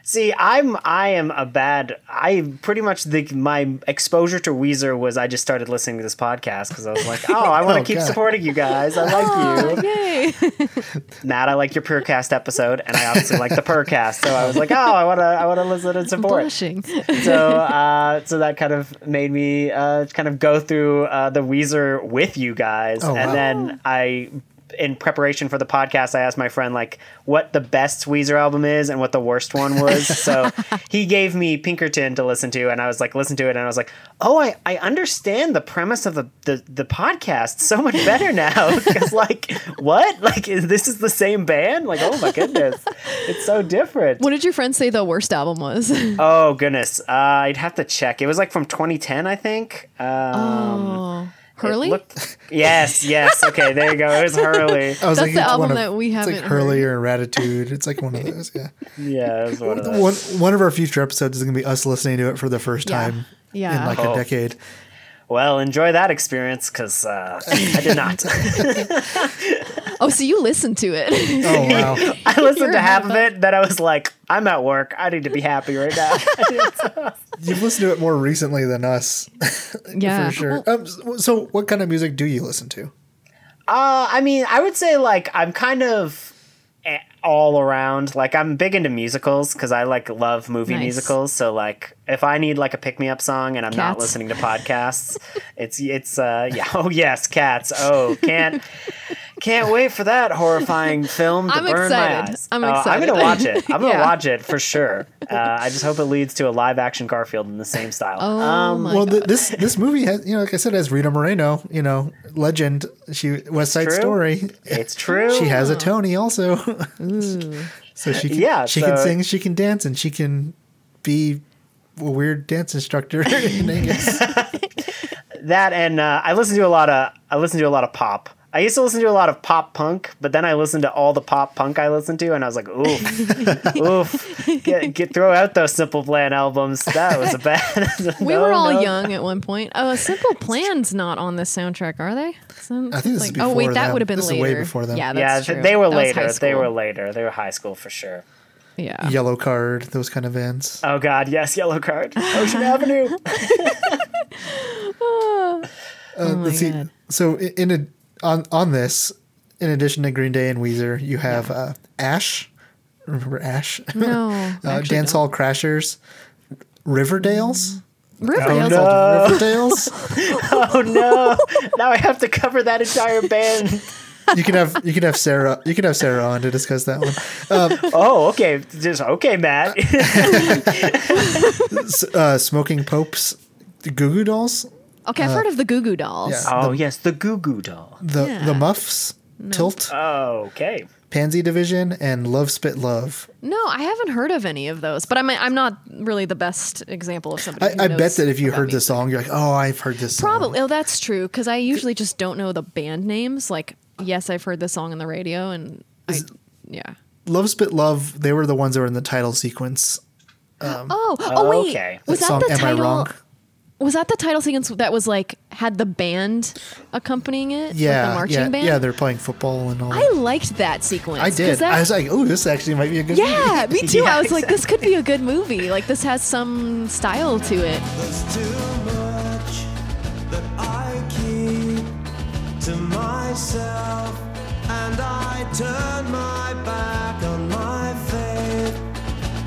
Speaker 3: See, I'm I am a bad. I pretty much the my exposure to Weezer was I just started listening to this podcast because I was like, oh, I want to
Speaker 1: Oh,
Speaker 3: keep
Speaker 1: God.
Speaker 3: supporting you guys. I like you,
Speaker 2: Yay!
Speaker 3: Matt. I like your Purcast episode, and I obviously like the Purcast. So I was like, oh, I want to I want to listen and support
Speaker 2: Blushing.
Speaker 3: so uh, so that kind of made me uh, kind of go through uh, the Weezer with you guys,
Speaker 1: Oh,
Speaker 3: and
Speaker 1: wow.
Speaker 3: then I. In preparation for the podcast, I asked my friend like what the best Weezer album is and what the worst one was. so he gave me Pinkerton to listen to, and I was like, listen to it, and I was like, oh, I, I understand the premise of the, the the podcast so much better now because like what like is, this is the same band like oh my goodness it's so different.
Speaker 2: What did your friends say the worst album was?
Speaker 3: Oh goodness, uh, I'd have to check. It was like from 2010, I think. Um,
Speaker 2: oh,
Speaker 3: it
Speaker 2: Hurley.
Speaker 3: looked- yes, yes. Okay, there you go. It was Hurley.
Speaker 1: I was
Speaker 2: That's
Speaker 1: like,
Speaker 2: the
Speaker 1: it's
Speaker 2: album
Speaker 1: one of,
Speaker 2: that we
Speaker 1: it's like
Speaker 2: haven't
Speaker 1: Hurley or Ratitude. It's like one of those. Yeah,
Speaker 3: Yeah, it was one of those.
Speaker 1: one one of our future episodes is gonna be us listening to it for the first
Speaker 2: Yeah.
Speaker 1: time
Speaker 2: Yeah.
Speaker 1: in like
Speaker 3: Oh.
Speaker 1: a decade.
Speaker 3: Well, enjoy that experience because uh, I did not.
Speaker 2: Oh, so you listened to it?
Speaker 1: Oh wow!
Speaker 3: I listened
Speaker 2: You're
Speaker 3: to half of
Speaker 2: about-
Speaker 3: it, then I was like, I'm at work. I need to be happy right now.
Speaker 1: You've listened to it more recently than us,
Speaker 2: yeah.
Speaker 1: for sure. Um, so, so what kind of music do you listen to?
Speaker 3: Uh, I mean, I would say like I'm kind of eh, all around. Like I'm big into musicals because I like love movie
Speaker 2: Nice.
Speaker 3: musicals. So like if I need like a pick me up song and I'm not
Speaker 2: Cats.
Speaker 3: listening to podcasts, it's it's uh yeah oh yes cats oh can't can't wait for that horrifying film to
Speaker 2: I'm
Speaker 3: burn my
Speaker 2: excited.
Speaker 3: eyes.
Speaker 2: I'm
Speaker 3: Uh,
Speaker 2: excited.
Speaker 3: I'm gonna watch it. I'm gonna
Speaker 2: Yeah.
Speaker 3: watch it for sure. Uh, I just hope it leads to a live action Garfield in the same style. Um,
Speaker 2: Oh my
Speaker 1: Um, well,
Speaker 2: god.
Speaker 1: th- this this movie has you know, like I said, has Rita Moreno, you know, legend. She West Side
Speaker 3: True.
Speaker 1: Story.
Speaker 3: it's true.
Speaker 1: She has a Tony also, so she can,
Speaker 3: Yeah,
Speaker 1: she can
Speaker 3: so-
Speaker 1: sing, she can dance, and she can be a weird dance instructor. in Angus.
Speaker 3: that and uh, I listen to a lot of I listen to a lot of pop. I used to listen to a lot of pop punk, but then I listened to all the pop punk I listened to, and I was like, oof, oof, get, get throw out those Simple Plan albums. That was a bad.
Speaker 2: we
Speaker 3: no,
Speaker 2: were all
Speaker 3: no.
Speaker 2: young at one point. Oh, Simple Plan's not on this soundtrack, are they? Some-
Speaker 1: I think this is
Speaker 2: oh wait,
Speaker 1: before
Speaker 2: that
Speaker 1: them.
Speaker 2: would have been
Speaker 1: This is
Speaker 2: later.
Speaker 1: way before them.
Speaker 2: Yeah,
Speaker 3: Yeah,
Speaker 2: that's
Speaker 3: th-
Speaker 2: true.
Speaker 3: they were
Speaker 2: That was high
Speaker 3: later. They
Speaker 2: school.
Speaker 3: were later. They were high school for sure.
Speaker 2: Yeah.
Speaker 1: Yellow card, those kind of bands.
Speaker 3: Oh God, yes, Yellow Card, Ocean Avenue.
Speaker 1: Uh,
Speaker 2: Oh my
Speaker 1: let's see.
Speaker 2: God.
Speaker 1: So i- in a, on on this, in addition to Green Day and Weezer, you have uh, Ash. Remember Ash?
Speaker 2: No.
Speaker 1: uh,
Speaker 2: actually
Speaker 1: Dance
Speaker 2: don't.
Speaker 1: Hall Crashers, Riverdales.
Speaker 2: Riverdale's
Speaker 1: It's
Speaker 2: all-
Speaker 1: called Riverdales.
Speaker 3: Oh no! Now I have to cover that entire band.
Speaker 1: you can have you can have Sarah you can have Sarah on to discuss that one.
Speaker 3: Oh, okay, just okay, Matt.
Speaker 1: S- uh, Smoking Popes, the Goo Goo Dolls,
Speaker 2: Okay, I've heard of the Goo Goo Dolls.
Speaker 1: Uh, yeah.
Speaker 3: oh yes, the Goo Goo Doll.
Speaker 1: the
Speaker 2: Yeah.
Speaker 1: the Muffs, Tilt,
Speaker 3: Uh, Okay.
Speaker 1: Pansy Division, and Love Spit Love.
Speaker 2: No, I haven't heard of any of those. But I'm I'm not really the best example of
Speaker 1: I,
Speaker 2: somebody. who
Speaker 1: I
Speaker 2: knows
Speaker 1: bet that if you
Speaker 2: about
Speaker 1: heard the
Speaker 2: music.
Speaker 1: song, you're like, oh, I've heard this. song."
Speaker 2: probably. Oh, that's true. Because I usually just don't know the band names. Like, yes, I've heard the song on the radio, and I, yeah.
Speaker 1: Love Spit Love. They were the ones that were in the title sequence.
Speaker 2: Oh, oh wait,
Speaker 3: okay.
Speaker 2: was
Speaker 1: That song,
Speaker 2: that, the
Speaker 1: Am I
Speaker 2: title?
Speaker 1: Wrong?
Speaker 2: Was that the title sequence that was like had the band accompanying it? Like, the
Speaker 1: Yeah,
Speaker 2: marching
Speaker 1: yeah,
Speaker 2: band.
Speaker 1: yeah. They're playing football and all.
Speaker 2: I
Speaker 1: that.
Speaker 2: liked that sequence.
Speaker 1: I
Speaker 2: 'cause
Speaker 1: did.
Speaker 2: that-
Speaker 1: I was like, oh, this actually might be a good. movie."
Speaker 2: yeah, me too.
Speaker 3: Yeah,
Speaker 2: I was like, this could be a good movie. Like, this has some style to it.
Speaker 4: There's too much that I keep to myself, and I turn my back on my faith.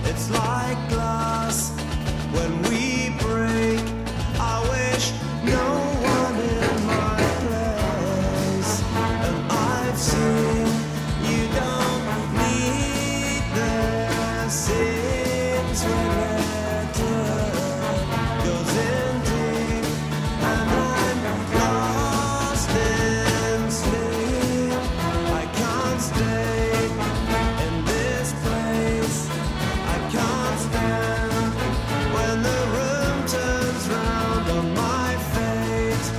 Speaker 4: It's like glass when we break. I wish no one in my place, and I've seen you don't need their sins related goes in deep, and I'm lost in sleep. I can't stay in this place. I can't stand when the room turns round on my fate.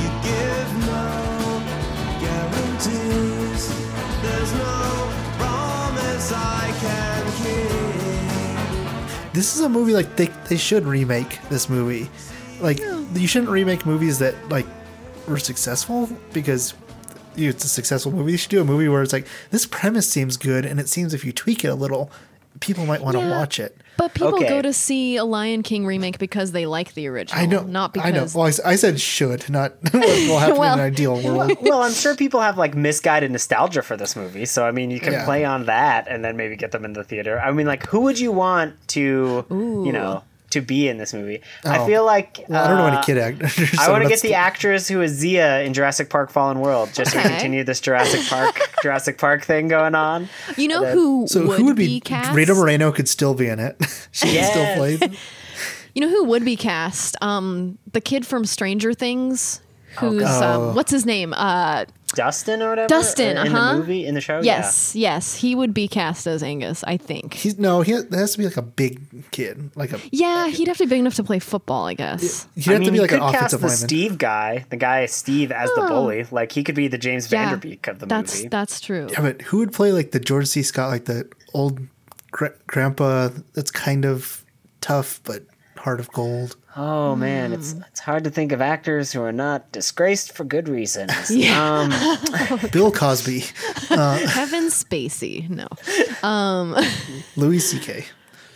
Speaker 4: You give no guarantees. There's no promise I can keep.
Speaker 1: This is a movie like they they should remake this movie. Like you shouldn't remake movies that like were successful because you know, it's a successful movie. You should do a movie where it's like this premise seems good and it seems if you tweak it a little, people might want to
Speaker 2: Yeah.
Speaker 1: watch it.
Speaker 2: But people
Speaker 3: Okay.
Speaker 2: go to see a Lion King remake because they like the original.
Speaker 1: I know,
Speaker 2: Not
Speaker 1: I know.
Speaker 2: because.
Speaker 1: Well, I s- I, said should, not what will happen
Speaker 2: Well-
Speaker 1: in an ideal world.
Speaker 3: well, I'm sure people have like misguided nostalgia for this movie. So I mean, you can
Speaker 1: Yeah.
Speaker 3: play on that and then maybe get them in the theater. I mean, like who would you want to, you know, to be in this movie? I
Speaker 1: Oh.
Speaker 3: feel like
Speaker 1: Well, I don't know
Speaker 3: uh,
Speaker 1: any kid actors.
Speaker 3: I
Speaker 1: so
Speaker 3: want to get
Speaker 1: that's-
Speaker 3: the actress who is Zia in Jurassic Park: Fallen World, just to
Speaker 2: Okay.
Speaker 3: continue this Jurassic Park Jurassic Park thing going on.
Speaker 2: you know who
Speaker 1: So
Speaker 2: would,
Speaker 1: who would
Speaker 2: be,
Speaker 1: be?
Speaker 2: cast?
Speaker 1: Rita Moreno could still be in it. she could
Speaker 3: Yes.
Speaker 1: still play.
Speaker 2: You know who would be cast? Um, the kid from Stranger Things, who's
Speaker 1: Oh.
Speaker 2: um, what's his name? Uh,
Speaker 3: Dustin or whatever. uh,
Speaker 2: Dustin,
Speaker 3: in
Speaker 2: uh-huh.
Speaker 3: the movie in the
Speaker 1: Oh,
Speaker 3: show.
Speaker 2: yes, yes, he would be cast as Angus, I think.
Speaker 1: He's no. He that has to be like a big kid, like a.
Speaker 2: yeah, he'd have to be big enough to play football, I guess.
Speaker 1: He'd
Speaker 3: Yeah.
Speaker 1: have
Speaker 3: I mean,
Speaker 1: to be
Speaker 3: you
Speaker 1: like an
Speaker 3: could cast the
Speaker 1: offensive lineman.
Speaker 3: Steve guy, the guy Steve as the
Speaker 2: Oh.
Speaker 3: bully. Like he could be the James
Speaker 2: Yeah,
Speaker 3: Vanderbeek of the
Speaker 2: that's
Speaker 3: movie.
Speaker 2: that's true.
Speaker 1: yeah, but who would play like the George C. Scott, like the old gra- grandpa that's kind of tough but heart of gold?
Speaker 3: Oh man, it's
Speaker 2: Mm.
Speaker 3: it's hard to think of actors who are not disgraced for good reasons.
Speaker 2: Yeah.
Speaker 3: Um,
Speaker 1: Bill Cosby,
Speaker 2: Kevin Spacey, no.
Speaker 1: Louis C.K.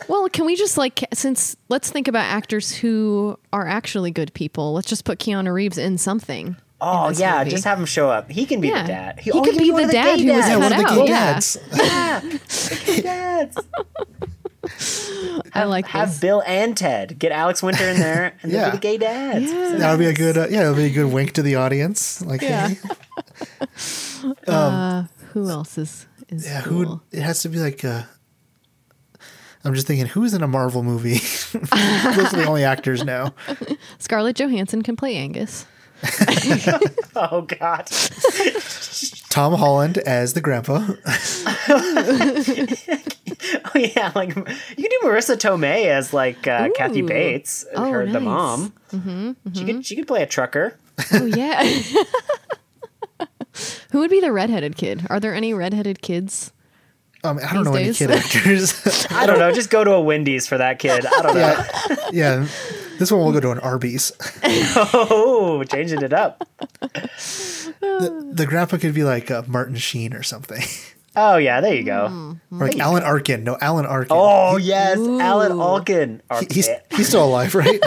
Speaker 2: Well, can we just like since let's think about actors who are actually good people. Let's just put Keanu Reeves in something.
Speaker 3: oh
Speaker 2: this
Speaker 3: yeah,
Speaker 2: movie.
Speaker 3: just have him show up. He can be
Speaker 2: Yeah.
Speaker 3: the dad.
Speaker 2: He could
Speaker 3: can
Speaker 2: be
Speaker 3: one
Speaker 2: the
Speaker 3: of
Speaker 2: dad
Speaker 3: gay
Speaker 2: who was
Speaker 3: dads.
Speaker 1: Yeah, one of the
Speaker 2: cut
Speaker 1: gay
Speaker 2: out, yeah.
Speaker 1: dads.
Speaker 3: dads.
Speaker 2: I like
Speaker 3: Have
Speaker 2: this.
Speaker 3: Bill and Ted. Get Alex Winter in there, and they'll
Speaker 1: Yeah.
Speaker 3: be the gay dads.
Speaker 2: Yeah.
Speaker 1: That would be a good. Uh, yeah, it would be a good wink to the audience. Like,
Speaker 2: Yeah.
Speaker 1: hey.
Speaker 2: Uh, who else is is
Speaker 1: Um, Yeah, who
Speaker 2: cool?
Speaker 1: would, it has to be like uh I'm just thinking who's in a Marvel movie? Those are the only actors now.
Speaker 2: Scarlett Johansson can play Angus.
Speaker 3: Oh God.
Speaker 1: Tom Holland as the grandpa.
Speaker 3: Oh yeah, like you can do Marissa Tomei as like uh, Kathy
Speaker 2: Ooh.
Speaker 3: Bates, uh,
Speaker 2: Oh,
Speaker 3: her the
Speaker 2: nice. Mm-hmm,
Speaker 3: mom. She could she could play a trucker.
Speaker 2: Oh yeah. Who would be the redheaded kid? Are there any redheaded kids?
Speaker 1: Um, I don't
Speaker 2: These
Speaker 1: know
Speaker 2: days.
Speaker 1: any kid actors.
Speaker 3: I don't know. Just go to a Wendy's for that kid. I don't know.
Speaker 1: yeah, yeah. This one will go to an Arby's.
Speaker 3: Oh, changing it up.
Speaker 1: The grandpa could be like uh, Martin Sheen or something,
Speaker 3: Oh yeah, there you go.
Speaker 2: Hmm.
Speaker 1: or like Alan Arkin. No, Alan Arkin.
Speaker 3: Oh yes, Alan
Speaker 2: Ooh.
Speaker 3: Alkin. Or-
Speaker 1: He- he's he's still alive, right?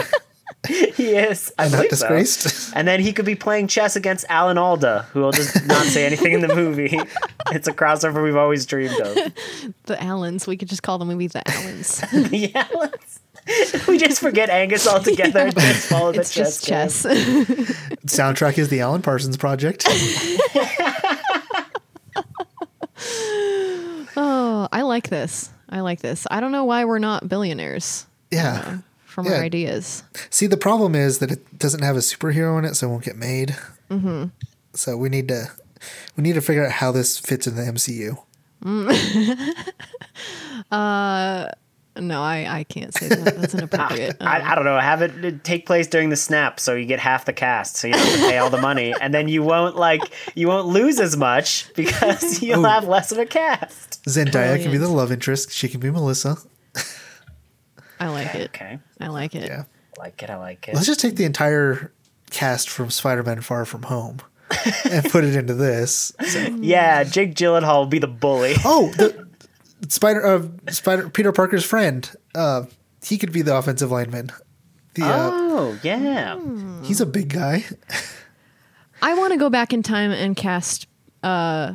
Speaker 3: he is. I
Speaker 1: And not
Speaker 3: believe so.
Speaker 1: disgraced.
Speaker 3: And then he could be playing chess against Alan Alda, who will just not say anything in the movie. It's a crossover we've always dreamed of.
Speaker 2: The Allens. We could just call the movie The Allens.
Speaker 3: The Allens. We just forget Angus altogether and just follow the
Speaker 2: it's
Speaker 3: chess.
Speaker 2: just
Speaker 3: game.
Speaker 2: chess.
Speaker 1: Soundtrack is the Alan Parsons Project.
Speaker 2: oh, I like this. I like this. I don't know why we're not billionaires
Speaker 1: Yeah.
Speaker 2: from
Speaker 1: Yeah.
Speaker 2: our ideas.
Speaker 1: See, the problem is that it doesn't have a superhero in it, so it won't get made. Mm-hmm. So we need to we need to figure out how this fits in the MCU.
Speaker 2: No, I, I can't say that. That's inappropriate. Uh,
Speaker 3: I, I don't know. Have it, it take place during the snap, so you get half the cast, so you don't have to pay all the money, and then you won't like you won't lose as much because you'll have less of a cast.
Speaker 1: Zendaya can be
Speaker 2: Brilliant.
Speaker 1: the love interest. She can be Melissa.
Speaker 2: I like it.
Speaker 3: Okay,
Speaker 2: I like it.
Speaker 1: Yeah.
Speaker 3: like it. I like it.
Speaker 1: Let's just take the entire cast from Spider-Man: Far From Home and put it into this.
Speaker 3: Yeah, Jake Gyllenhaal will be the bully.
Speaker 1: Oh, the Spider uh, Spider Peter Parker's friend. Uh, he could be the offensive lineman. The, uh,
Speaker 3: Oh yeah.
Speaker 2: Oh.
Speaker 1: He's a big guy.
Speaker 2: I want to go back in time and cast uh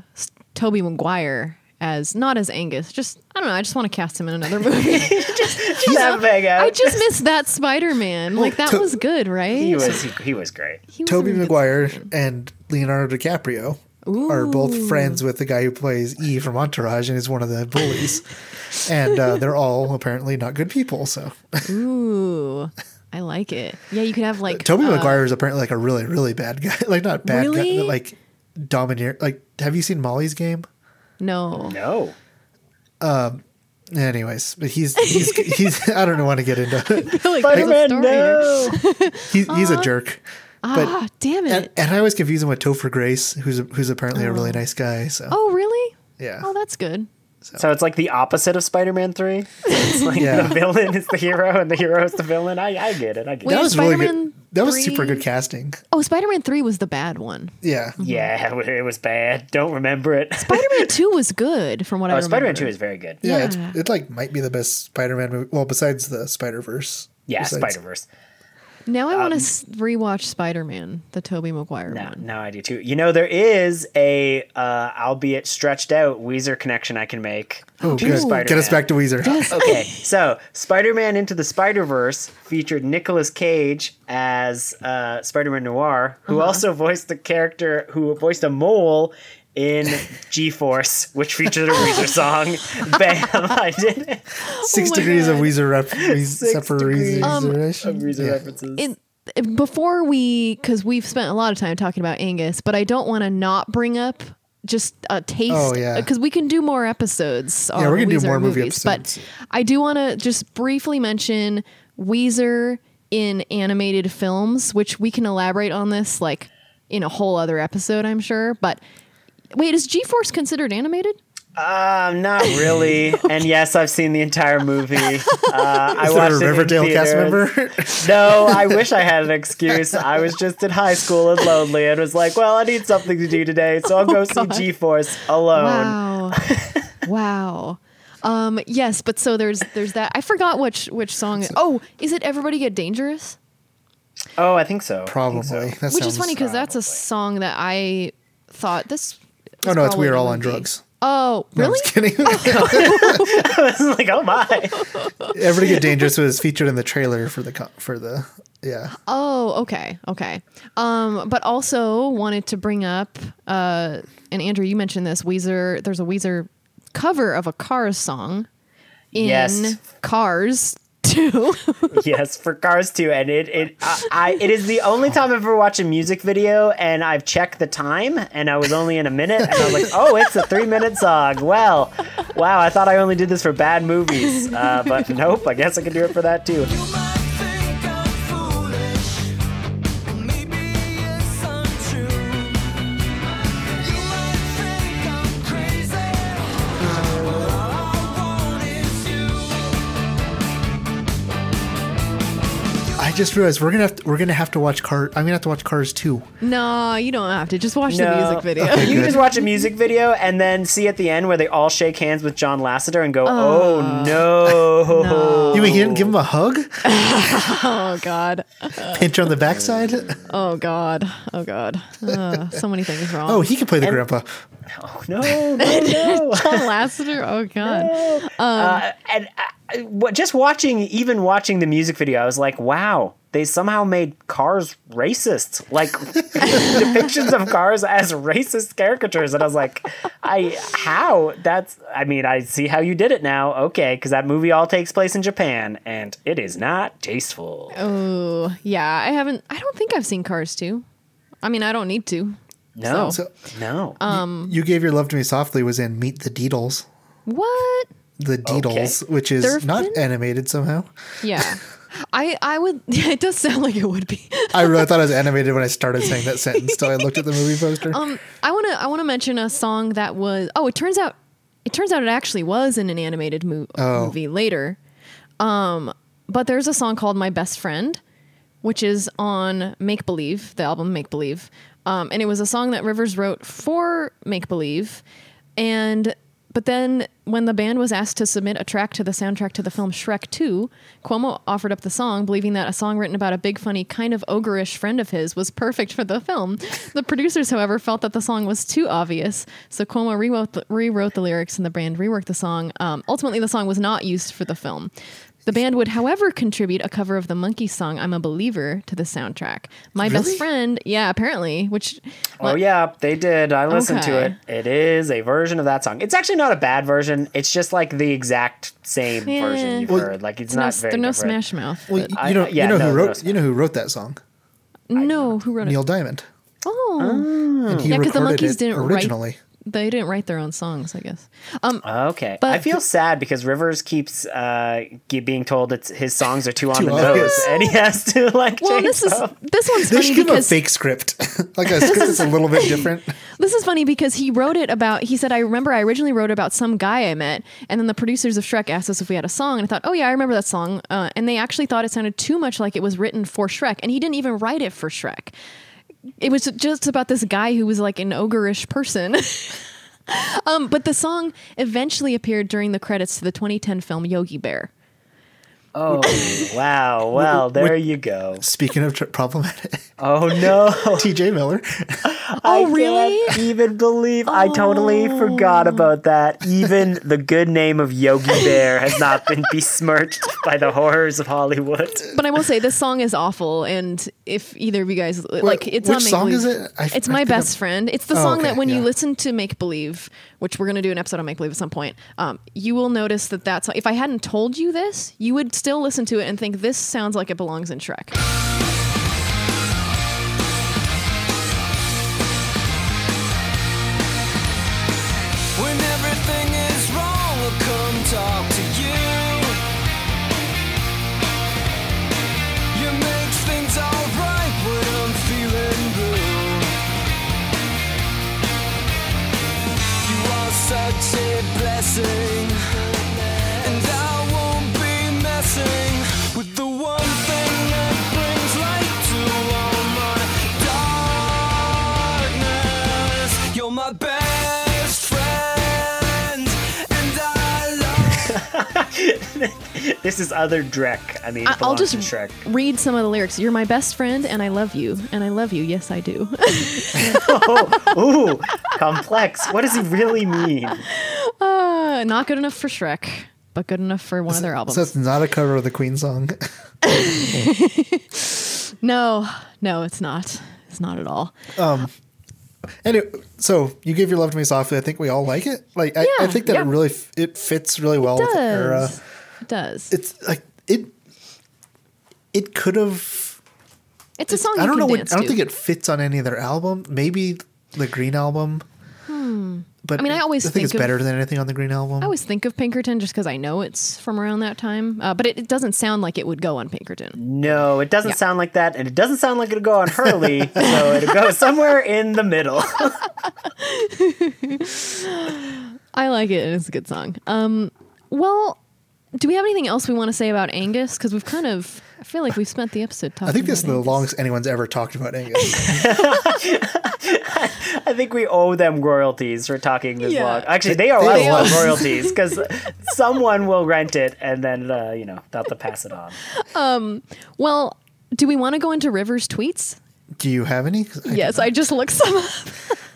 Speaker 2: Toby Maguire as not as Angus. Just I don't know. I just want to cast him in another movie.
Speaker 3: That big
Speaker 2: I
Speaker 3: out.
Speaker 2: just missed that Spider Man. Like that
Speaker 1: To-
Speaker 2: was good, right?
Speaker 3: He was he, he was great.
Speaker 2: He was
Speaker 1: Toby
Speaker 2: in a good-
Speaker 1: Maguire and Leonardo DiCaprio are both friends with the guy who plays E from Entourage and is one of the bullies. and uh, they're all apparently not good people. So
Speaker 2: Ooh, I like it. Yeah, you could have like
Speaker 1: Toby
Speaker 2: uh,
Speaker 1: Maguire is apparently like a really, really bad guy. like not bad guy,
Speaker 2: Really?
Speaker 1: but like domineer. Like, have you seen Molly's Game?
Speaker 2: No,
Speaker 3: No.
Speaker 1: Anyways, but he's he's he's I don't want to get into it.
Speaker 2: Like, there's a
Speaker 3: Spider-Man,
Speaker 2: story.
Speaker 3: no.
Speaker 1: He's, he's a jerk. But
Speaker 2: Ah, damn
Speaker 1: and,
Speaker 2: it.
Speaker 1: and I always confuse him with Topher Grace, who's who's apparently a really nice guy. So
Speaker 2: oh, really?
Speaker 1: yeah,
Speaker 2: Oh, that's good.
Speaker 3: So it's like the opposite of Spider-Man Three. It's like
Speaker 1: Yeah.
Speaker 3: the villain is the hero and the hero is the villain. I, I get it. I get
Speaker 2: Wait,
Speaker 3: it.
Speaker 1: that was really
Speaker 2: Spider-Man
Speaker 1: good. That was
Speaker 2: 3?
Speaker 1: super good casting.
Speaker 2: Oh, Spider Man 3 was the bad one.
Speaker 1: Yeah.
Speaker 2: Mm-hmm.
Speaker 3: Yeah, it was bad. Don't remember it.
Speaker 2: Spider Man 2 was good, from what I
Speaker 3: Oh,
Speaker 2: remember.
Speaker 3: Spider-Man Two is very good.
Speaker 1: Yeah, It's, it like might be the best Spider-Man movie. Well, besides the Spider Verse.
Speaker 3: Yeah, Spider Verse.
Speaker 2: Now I want to s- rewatch Spider Man, the Tobey Maguire
Speaker 3: No,
Speaker 2: one.
Speaker 3: no, I do too. You know, there is a, uh, albeit stretched out, Weezer connection I can make.
Speaker 1: Oh,
Speaker 3: to
Speaker 1: good.
Speaker 3: Spider-Man.
Speaker 1: Get us back to Weezer.
Speaker 3: okay, so Spider-Man Into the Spider-Verse featured Nicolas Cage as uh, Spider-Man Noir, who
Speaker 2: Uh-huh.
Speaker 3: also voiced the character who voiced a mole in G-Force, which featured a Weezer song. Bam, I did it.
Speaker 1: Six
Speaker 2: Oh my
Speaker 1: degrees of Weezer rep. Weezer, except for
Speaker 3: degrees
Speaker 1: Weezer.
Speaker 2: Um,
Speaker 1: Weezer-
Speaker 3: Weezer
Speaker 1: yeah.
Speaker 3: references.
Speaker 2: In- before we, because we've spent a lot of time talking about Angus, but I don't want to not bring up just a taste.
Speaker 1: Oh, yeah.
Speaker 2: Because we can do more episodes.
Speaker 1: Yeah, we're
Speaker 2: on
Speaker 1: gonna do
Speaker 2: Weezer
Speaker 1: more movie
Speaker 2: movies,
Speaker 1: episodes.
Speaker 2: But I do want to just briefly mention Weezer in animated films, which we can elaborate on this like in a whole other episode, I'm sure. But wait, is G Force considered animated?
Speaker 3: Um, not really. And yes, I've seen the entire movie. Uh, I
Speaker 1: Is
Speaker 3: watched
Speaker 1: there a
Speaker 3: it in
Speaker 1: Riverdale cast
Speaker 3: theaters.
Speaker 1: member?
Speaker 3: No, I wish I had an excuse. I was just in high school and lonely and was like, well, I need something to do today, so I'll go
Speaker 2: Oh, God.
Speaker 3: see G Force alone.
Speaker 2: Wow. wow. Um, yes, but so there's there's that. I forgot which which song. Oh, is it Everybody Get Dangerous?
Speaker 3: Oh, I think so. I think
Speaker 1: Probably.
Speaker 3: so.
Speaker 1: That
Speaker 2: Which
Speaker 1: sounds- uh,
Speaker 2: is funny because that's a song that I thought this.
Speaker 1: Oh
Speaker 2: is
Speaker 1: no, it's we
Speaker 2: probably
Speaker 1: are all
Speaker 2: gonna
Speaker 1: on
Speaker 2: be-
Speaker 1: drugs.
Speaker 2: Oh,
Speaker 1: No, I'm
Speaker 2: really?
Speaker 1: just kidding.
Speaker 3: I was like, oh my.
Speaker 1: Everybody Get Dangerous was featured in the trailer for the co- for the yeah.
Speaker 2: Oh, okay, okay. Um, but also wanted to bring up, uh, and Andrew, you mentioned this Weezer. There's a Weezer cover of a Cars song in
Speaker 3: Yes.
Speaker 2: Cars Two.
Speaker 3: yes, for Cars 2. And it it I, I it is the only time I've ever watched a music video and I've checked the time and I was only in a minute and I was like, oh, it's a three minute song. Well, wow, I thought I only did this for bad movies. Uh, but nope, I guess I can do it for that too.
Speaker 4: You might think I'm foolish, maybe it's untrue. You might think I'm crazy, but all I want is you.
Speaker 1: I just realized we're gonna have to, we're gonna have to watch Cars. I'm gonna have to watch Cars too.
Speaker 2: No, you don't have to. Just watch the
Speaker 3: No.
Speaker 2: music video.
Speaker 3: You can just watch a music video and then see at the end where they all shake hands with John Lasseter and
Speaker 2: Ah.
Speaker 3: go, oh, no.
Speaker 1: You mean he didn't give him a hug,
Speaker 2: oh God.
Speaker 1: pinch on the backside?
Speaker 2: Oh God. Oh God. Ugh, so many things wrong.
Speaker 1: Oh, he could play the grandpa.
Speaker 3: Oh, no, no, no.
Speaker 2: John Lasseter. Oh God.
Speaker 3: Uh, and uh, what- just watching, even watching the music video, I was like, wow, they somehow made cars racist. Like depictions of cars as racist caricatures. And I was like, I, how? That's, I mean, I see how you did it now. Okay. Cause that movie all takes place in Japan and it is not tasteful.
Speaker 2: Oh yeah. I haven't. I don't think I've seen Cars two. I mean, I don't need to.
Speaker 3: No.
Speaker 1: So
Speaker 3: no.
Speaker 2: Um,
Speaker 1: you gave your love to me softly was in Meet the Deedles,
Speaker 2: What?
Speaker 1: the Deedles, which is
Speaker 2: They're
Speaker 1: not
Speaker 2: fin-
Speaker 1: animated somehow.
Speaker 2: Yeah. I I would. Yeah, it does sound like it would be.
Speaker 1: I really thought it was animated when I started saying that sentence. Till I looked at the movie poster.
Speaker 2: Um, I want to I want to mention a song that was oh it turns out it turns out it actually was in an animated mo-
Speaker 1: Oh.
Speaker 2: movie later. Um, but there's a song called My Best Friend, which is on Make Believe, the album Make Believe, um, and it was a song that Rivers wrote for Make Believe, and but then when the band was asked to submit a track to the soundtrack to the film Shrek 2, Cuomo offered up the song, believing that a song written about a big, funny, kind of ogreish friend of his was perfect for the film. The producers, however, felt that the song was too obvious, so Cuomo rewrote the, rewrote the lyrics and the band reworked the song. Um, ultimately, the song was not used for the film. The band would, however, contribute a cover of the monkey song "I'm a Believer" to the soundtrack. My best
Speaker 1: Really?
Speaker 2: friend, yeah, apparently, which
Speaker 3: Oh yeah, they did. I listened to
Speaker 2: Okay.
Speaker 3: it. It is a version of that song. It's actually not a bad version. It's just like the exact same
Speaker 2: Yeah.
Speaker 3: version you've
Speaker 1: Well,
Speaker 3: heard. Like it's
Speaker 2: no,
Speaker 3: not very
Speaker 2: they're no
Speaker 3: different.
Speaker 2: Smash Mouth.
Speaker 1: Well,
Speaker 2: but-
Speaker 1: you
Speaker 3: I-
Speaker 1: know,
Speaker 3: I- yeah,
Speaker 1: you know
Speaker 3: no,
Speaker 1: who
Speaker 3: no,
Speaker 1: wrote
Speaker 3: it's
Speaker 1: you know who wrote that song?
Speaker 2: no, who wrote it?
Speaker 1: Neil Ah. Diamond.
Speaker 2: Oh,
Speaker 1: And he
Speaker 2: Yeah, 'cause the
Speaker 3: Hmm.
Speaker 1: recorded
Speaker 2: monkeys
Speaker 1: it
Speaker 2: didn't write-
Speaker 1: originally.
Speaker 2: They didn't write their own songs, I guess. Um,
Speaker 3: Okay,
Speaker 2: But-
Speaker 3: I feel sad because Rivers keeps uh, ge- being told that his songs are too on
Speaker 1: Too
Speaker 3: the nose,
Speaker 1: obvious.
Speaker 3: and he has to like
Speaker 2: well,
Speaker 3: change
Speaker 2: this is
Speaker 3: up.
Speaker 2: this one's
Speaker 1: They
Speaker 2: funny
Speaker 1: should give him a
Speaker 2: because
Speaker 1: fake script, like a script that's a little bit different.
Speaker 2: This is funny because he wrote it about. He said, "I remember I originally wrote about some guy I met, and then the producers of Shrek asked us if we had a song, and I thought, oh yeah, I remember that song, uh, and they actually thought it sounded too much like it was written for Shrek, and he didn't even write it for Shrek. It was just about this guy who was like an ogreish person." um, but the song eventually appeared during the credits to the 2010 film Yogi Bear.
Speaker 3: Oh wow! Well, there you go.
Speaker 1: Speaking of tr- problematic,
Speaker 3: Oh no!
Speaker 1: T.J. Miller.
Speaker 3: Oh,
Speaker 2: really? Oh.
Speaker 3: Can't even believe I totally forgot about that. Even the good name of Yogi Bear has not been besmirched by the horrors of Hollywood.
Speaker 2: But I will say this song is awful, and if either of you guys like, it's
Speaker 1: which
Speaker 2: on Make
Speaker 1: song
Speaker 2: Believe.
Speaker 1: is it? I-
Speaker 2: it's
Speaker 1: I
Speaker 2: my
Speaker 1: think
Speaker 2: best
Speaker 1: I'm-
Speaker 2: friend. It's the
Speaker 1: Oh,
Speaker 2: song
Speaker 1: okay,
Speaker 2: that when you
Speaker 1: yeah.
Speaker 2: listen to Make Believe, which we're gonna do an episode on Make Believe at some point, um, you will notice that that song. If I hadn't told you this, you would still listen to it and think this sounds like it belongs in Shrek.
Speaker 4: When everything is wrong, we'll come talk to you. You make things alright when I'm feeling blue. You are such a blessing, and I won't be messing with the one thing that brings light to all my darkness. You're my best friend, and I love.
Speaker 3: This is other Drek. I mean,
Speaker 2: I-
Speaker 3: it
Speaker 2: I'll
Speaker 3: belongs
Speaker 2: just
Speaker 3: to Shrek.
Speaker 2: read some of the lyrics. You're my best friend, and I love you, and I love you. Yes, I do.
Speaker 3: Ooh, complex. What does he really mean?
Speaker 2: uh, not good enough for Shrek, but good enough for one of their albums.
Speaker 1: So it's not a cover of the Queen song.
Speaker 2: no, no, it's not. It's not at all.
Speaker 1: Anyway, so you give your love to me softly. I think we all like it. Like I, I
Speaker 2: Yeah,
Speaker 1: think that it
Speaker 2: yeah.
Speaker 1: really f- it fits really well with the era.
Speaker 2: does. It does.
Speaker 1: It's like it it could have.
Speaker 2: it's a song.
Speaker 1: I
Speaker 2: Oh, you
Speaker 1: don't
Speaker 2: can
Speaker 1: know. What,
Speaker 2: dance
Speaker 1: I don't
Speaker 2: to.
Speaker 1: think it fits on any other album. Maybe the Green album. But
Speaker 2: Hmm. I mean, I always
Speaker 1: I think, it's
Speaker 2: think of-
Speaker 1: better than anything on the Green album.
Speaker 2: I always think of Pinkerton just because I know it's from around that time, uh, but it, it doesn't sound like it would go on Pinkerton.
Speaker 3: No, it doesn't
Speaker 2: Yeah.
Speaker 3: sound like that, and it doesn't sound like it'll go on Hurley. so it'll go somewhere in the middle.
Speaker 2: I like it, and it's a good song. Um, well, do we have anything else we want to say about Angus? Because we've kind of, I feel like we've spent the episode talking.
Speaker 1: I think this is
Speaker 2: about
Speaker 1: the
Speaker 2: Angus.
Speaker 1: longest anyone's ever talked about Angus.
Speaker 3: I think we owe them royalties for talking this
Speaker 2: Yeah.
Speaker 3: long. Actually, they owe
Speaker 1: They
Speaker 3: us
Speaker 1: owe us.
Speaker 3: royalties because someone will rent it, and then uh, you know they'll have to pass it on.
Speaker 2: Well, do we want to go into Rivers' tweets?
Speaker 1: Do you have any? 'Cause I- uh,
Speaker 2: Yes, I just looked some up.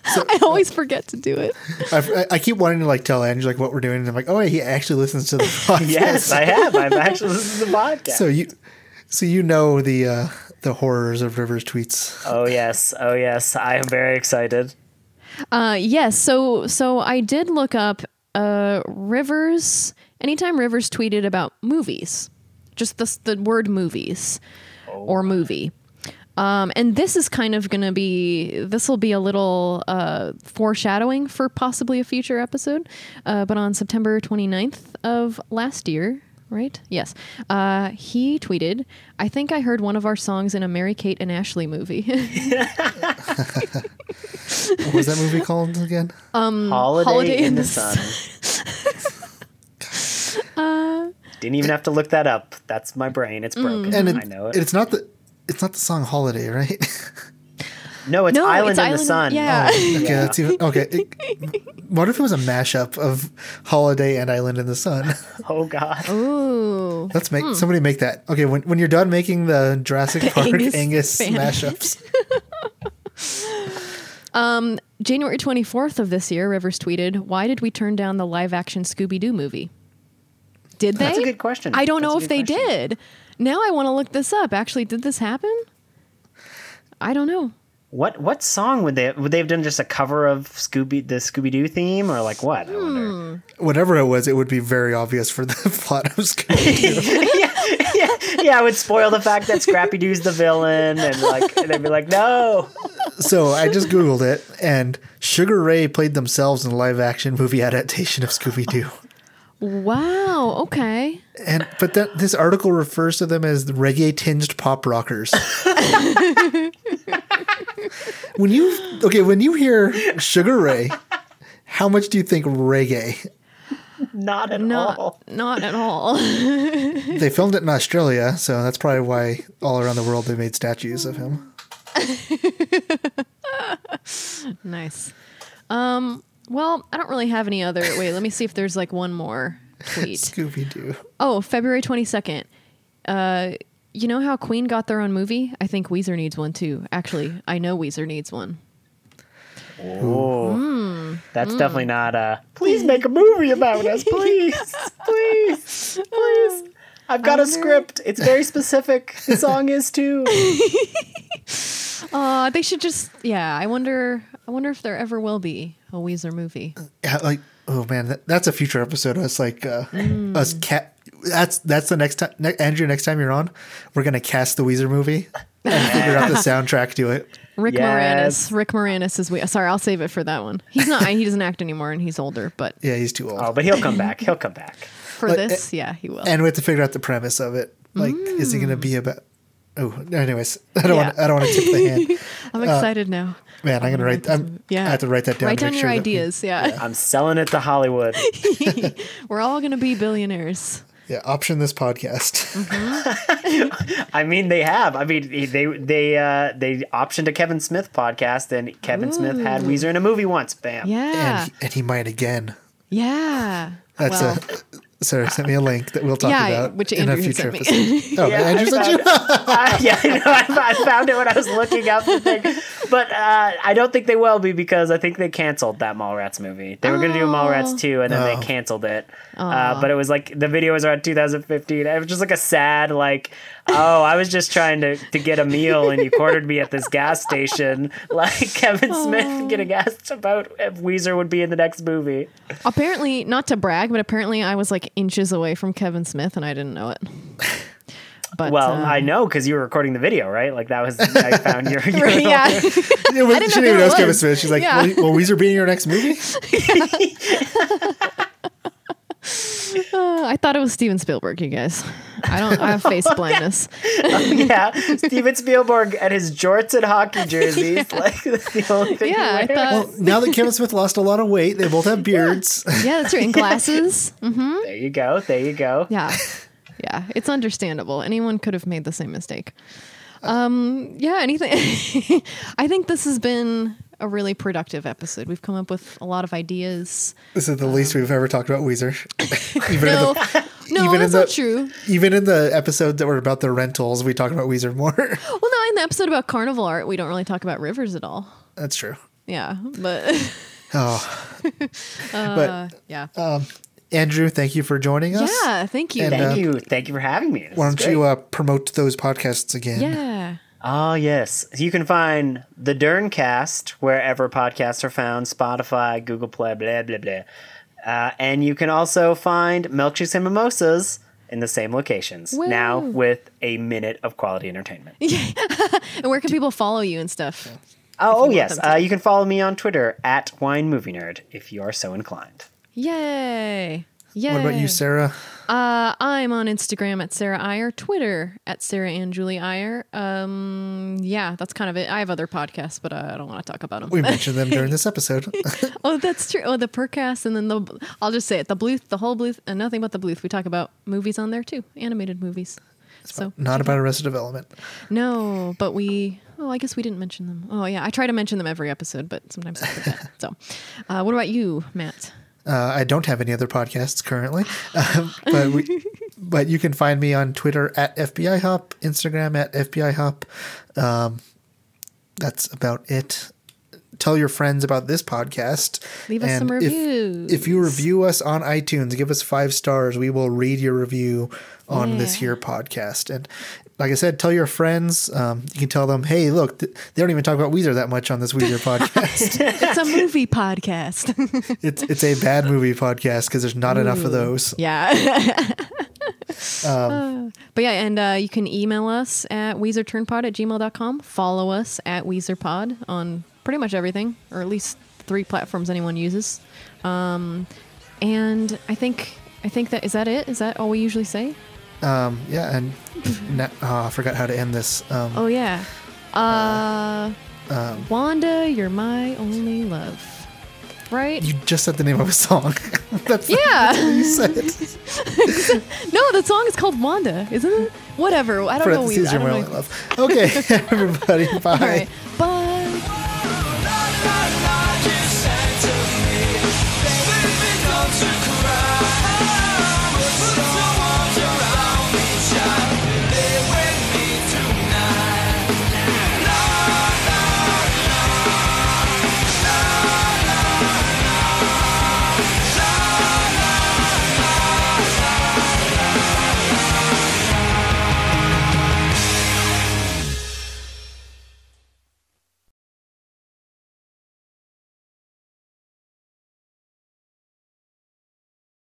Speaker 2: I always forget to do it.
Speaker 1: I've- I, I keep wanting to like tell Andrew like what we're doing, and I'm like, oh, wait, he actually listens to the podcast.
Speaker 3: Yes, I have. I've actually listened to the podcast.
Speaker 1: So you, so you know the uh, the horrors of Rivers tweets.
Speaker 3: oh yes, oh yes. I am very excited.
Speaker 2: Uh, yes. So so I did look up uh, Rivers. Anytime Rivers tweeted about movies, just the the word movies or movie. Um, and this is kind of going to be this will be a little uh, foreshadowing for possibly a future episode. Uh, but on September 29th of last year, right? Yes, uh, he tweeted, "I think I heard one of our songs in a Mary Kate and Ashley movie."
Speaker 1: What was that movie called again?
Speaker 3: Um, Holiday,
Speaker 2: Mm, Holiday
Speaker 3: in,
Speaker 2: in
Speaker 3: the
Speaker 2: the
Speaker 3: Sun.
Speaker 2: Uh,
Speaker 3: Didn't even have to look that up. That's my brain.
Speaker 2: Mm.
Speaker 3: It's broken.
Speaker 1: And it,
Speaker 3: I know it.
Speaker 1: it's not the it's not the song Holiday, right?
Speaker 3: no, it's
Speaker 2: No,
Speaker 3: Island
Speaker 2: it's
Speaker 3: in
Speaker 2: Island-
Speaker 3: the Sun. Oh,
Speaker 2: yeah.
Speaker 1: okay, that's even okay. It- what if it was a mashup of Holiday and Island in the Sun?
Speaker 3: Oh God.
Speaker 2: Ooh.
Speaker 1: Let's
Speaker 3: Hmm.
Speaker 1: make somebody make that. Okay, when when you're done making the Jurassic Park
Speaker 2: Angus
Speaker 1: Angus,
Speaker 2: fan.
Speaker 1: mashups,
Speaker 2: Um, January 24th of this year, Rivers tweeted, Why did we turn down the live action Scooby Doo movie? Did they?
Speaker 3: That's a good question.
Speaker 2: I don't
Speaker 3: That's
Speaker 2: know
Speaker 3: a
Speaker 2: if
Speaker 3: good
Speaker 2: they
Speaker 3: question.
Speaker 2: did. Now I want to look this up. Actually, did this happen? I don't know.
Speaker 3: What what song would they would they have done? Just a cover of Scooby the Scooby Doo theme, or like what? I wonder.
Speaker 1: whatever it was, it would be very obvious for the plot of Scooby.
Speaker 3: Yeah, it would spoil the fact that Scrappy Doo's the villain, and like and they'd be like, no.
Speaker 1: so I just Googled it, and Sugar Ray played themselves in a live action movie adaptation of Scooby Doo.
Speaker 2: Wow. Okay.
Speaker 1: And but that this article refers to them as the reggae tinged pop rockers. when you okay, when you hear Sugar Ray, how much do you think reggae?
Speaker 3: Not at all.
Speaker 2: Not not at all.
Speaker 1: They filmed it in Australia, so that's probably why all around the world they made statues of him.
Speaker 2: nice. Um. Well, I don't really have any other. Wait, let me see if there's like one more tweet.
Speaker 1: Scooby Doo.
Speaker 2: Oh, February twenty second. Uh, you know how Queen got their own movie? I think Weezer needs one too. Actually, I know Weezer needs one.
Speaker 3: Oh. That's definitely not uh, a. Please make a movie about us, please, please, please. I've got a script. It's very specific. The song is too.
Speaker 2: Uh, they should just. Yeah, I wonder. I wonder if there ever will be a Weezer movie.
Speaker 1: Yeah, like oh man, that, that's a future episode. Us like uh, us cat. That's that's the next time, ne- Andrew. Next time you're on, we're gonna cast the Weezer movie and figure out the soundtrack to it.
Speaker 2: Rick
Speaker 3: Yes.
Speaker 2: Moranis. Rick Moranis is we. Sorry, I'll save it for that one. He's not. he doesn't act anymore, and he's older. But
Speaker 1: Yeah, he's too old,
Speaker 3: Oh, but he'll come back. He'll come back.
Speaker 2: for
Speaker 1: Like,
Speaker 2: this, yeah, he will.
Speaker 1: uh, and we have to figure out the premise of it. Like, is it gonna be
Speaker 2: Mm.
Speaker 1: about? Oh, anyways, I don't want.
Speaker 2: Yeah.
Speaker 1: I don't want to tip the hand.
Speaker 2: I'm excited now.
Speaker 1: Man, I'm gonna write. I'm, yeah,
Speaker 2: Yeah,
Speaker 1: uh, I have to write that down.
Speaker 2: Write
Speaker 1: to
Speaker 2: down
Speaker 1: make
Speaker 2: your
Speaker 1: sure that we-
Speaker 2: ideas. Yeah.
Speaker 3: I'm selling it to Hollywood.
Speaker 2: we're all gonna be billionaires.
Speaker 1: yeah, option this podcast.
Speaker 3: I mean, they have. I mean, they they uh, they optioned a Kevin Smith podcast, and Kevin Smith had Weezer in a movie once. Bam.
Speaker 2: Yeah,
Speaker 1: and, he, and he might again.
Speaker 2: yeah.
Speaker 1: That's
Speaker 2: well,
Speaker 1: a. Sarah sent me a link that we'll talk
Speaker 2: Yeah,
Speaker 1: about
Speaker 2: which
Speaker 1: in a
Speaker 2: Andrew had
Speaker 1: future
Speaker 2: sent
Speaker 1: episode.
Speaker 2: me.
Speaker 1: Oh, Andrew
Speaker 3: I
Speaker 1: sent you.
Speaker 3: Uh, yeah, I know. I, I found it when I was looking up the thing, but uh, I don't think they will be because I think they canceled that Mallrats movie. They were going to do Mallrats two, and then
Speaker 1: Oh.
Speaker 3: they canceled it. Uh, but it was like the video was around 2015. It was just like a sad, like, oh, I was just trying to to get a meal, and you cornered me at this gas station. Like Kevin Smith getting asked about if Weezer would be in the next movie.
Speaker 2: apparently, not to brag, but apparently, I was like inches away from Kevin Smith, and I didn't know it. But
Speaker 3: Well,
Speaker 1: uh,
Speaker 2: um,
Speaker 3: I know because you were recording the video, right? Like that was I found your, your
Speaker 2: yeah.
Speaker 1: Yeah, well, she
Speaker 2: didn't know
Speaker 1: didn't even
Speaker 2: who it
Speaker 1: ask Kevin
Speaker 2: was.
Speaker 1: Smith. She's like,
Speaker 2: Yeah.
Speaker 1: "Will, will Weezer be in your next movie?"
Speaker 2: Uh, I thought it was Steven Spielberg, you guys. I don't. I have face blindness.
Speaker 3: yeah, Steven Spielberg and his jorts and hockey jerseys. Like that's the only thing.
Speaker 2: Yeah, I
Speaker 3: he wears.
Speaker 2: thought.
Speaker 1: Well, now that Kevin Smith lost a lot of weight, they both have beards.
Speaker 2: yeah, that's right. And glasses.
Speaker 3: There you go. There you go.
Speaker 2: Yeah. Yeah. It's understandable. Anyone could have made the same mistake.
Speaker 1: Oh.
Speaker 2: Um, yeah, anything. I think this has been a really productive episode. We've come up with a lot of ideas.
Speaker 1: This is the least we've ever talked about Weezer. even
Speaker 2: Um.
Speaker 1: in the,
Speaker 2: No,
Speaker 1: even in
Speaker 2: no, that's
Speaker 1: the-
Speaker 2: not true.
Speaker 1: even in the episode that were about the rentals, we talked about Weezer more.
Speaker 2: Well, no, in the episode about carnival art, we don't really talk about rivers at all.
Speaker 1: That's true.
Speaker 2: Yeah, but
Speaker 1: Oh,
Speaker 2: uh,
Speaker 1: but
Speaker 2: yeah,
Speaker 1: Andrew, thank you for joining us.
Speaker 2: yeah. Thank you.
Speaker 1: And,
Speaker 3: Thank
Speaker 1: uh,
Speaker 3: you. Thank you for having me. This
Speaker 1: Why
Speaker 3: is
Speaker 1: don't you
Speaker 3: great.
Speaker 1: uh, promote those podcasts again?
Speaker 2: yeah.
Speaker 3: Oh yes, you can find the Derncast wherever podcasts are found: Spotify, Google Play, blah blah blah. Uh, and you can also find milkshakes and mimosas in the same locations now
Speaker 2: Woo.
Speaker 3: with a minute of quality entertainment.
Speaker 2: And where can people follow you and stuff?
Speaker 3: Oh, oh
Speaker 2: want
Speaker 3: yes,
Speaker 2: them to.
Speaker 3: uh, you can follow me on Twitter at Wine Movie Nerd if you are so inclined.
Speaker 2: Yay! Yay!
Speaker 1: What about you, Sarah?
Speaker 2: Uh, I'm on Instagram at Sarah Iyer, Twitter at Sarah and Julie Iyer. Um, yeah, that's kind of it. I have other podcasts, but uh, I don't want to talk about them.
Speaker 1: We mentioned them during this episode.
Speaker 2: oh, that's true. Oh, the Percast, and then the I'll just say it. The Bluth, the whole Bluth, and nothing but the Bluth. We talk about movies on there too, animated movies. So
Speaker 1: Not about Arrested Development.
Speaker 2: no, but we. Oh, I guess we didn't mention them. Oh yeah, I try to mention them every episode, but sometimes I forget. so, uh, what about you, Matt?
Speaker 1: Uh, I don't have any other podcasts currently, um, but we, but you can find me on Twitter at FBI Hop, Instagram at FBI Hop. Um, that's about it. Tell your friends about this podcast.
Speaker 2: Leave us some
Speaker 1: if-
Speaker 2: reviews.
Speaker 1: If, you review us on iTunes, give us five stars. We will read your review on this
Speaker 2: Yeah.
Speaker 1: here podcast. And like I said, tell your friends. Um, you can tell them, hey, look, th- they don't even talk about Weezer that much on this Weezer podcast.
Speaker 2: It's a movie podcast.
Speaker 1: it's it's a bad movie podcast because there's not enough of those.
Speaker 2: Yeah. But yeah, and uh, you can email us at WeezerTurnPod at gmail.com. Follow us at WeezerPod on pretty much everything, or at least three platforms anyone uses. Um, and I think I think that is that it. Is that all we usually say?
Speaker 1: Um, yeah, and na- oh, I forgot how to end this. Um,
Speaker 2: Oh yeah. Uh, Wanda, you're my only love. Right?
Speaker 1: You just said the name of a song. That's
Speaker 2: yeah.
Speaker 1: you said it.
Speaker 2: no, the song is called Wanda, isn't it? Whatever. I don't know.
Speaker 1: Parentheses,
Speaker 2: Weezer. I
Speaker 1: you're
Speaker 2: don't
Speaker 1: my
Speaker 2: know.
Speaker 1: only love. Okay, everybody, bye.
Speaker 2: All right. Bye.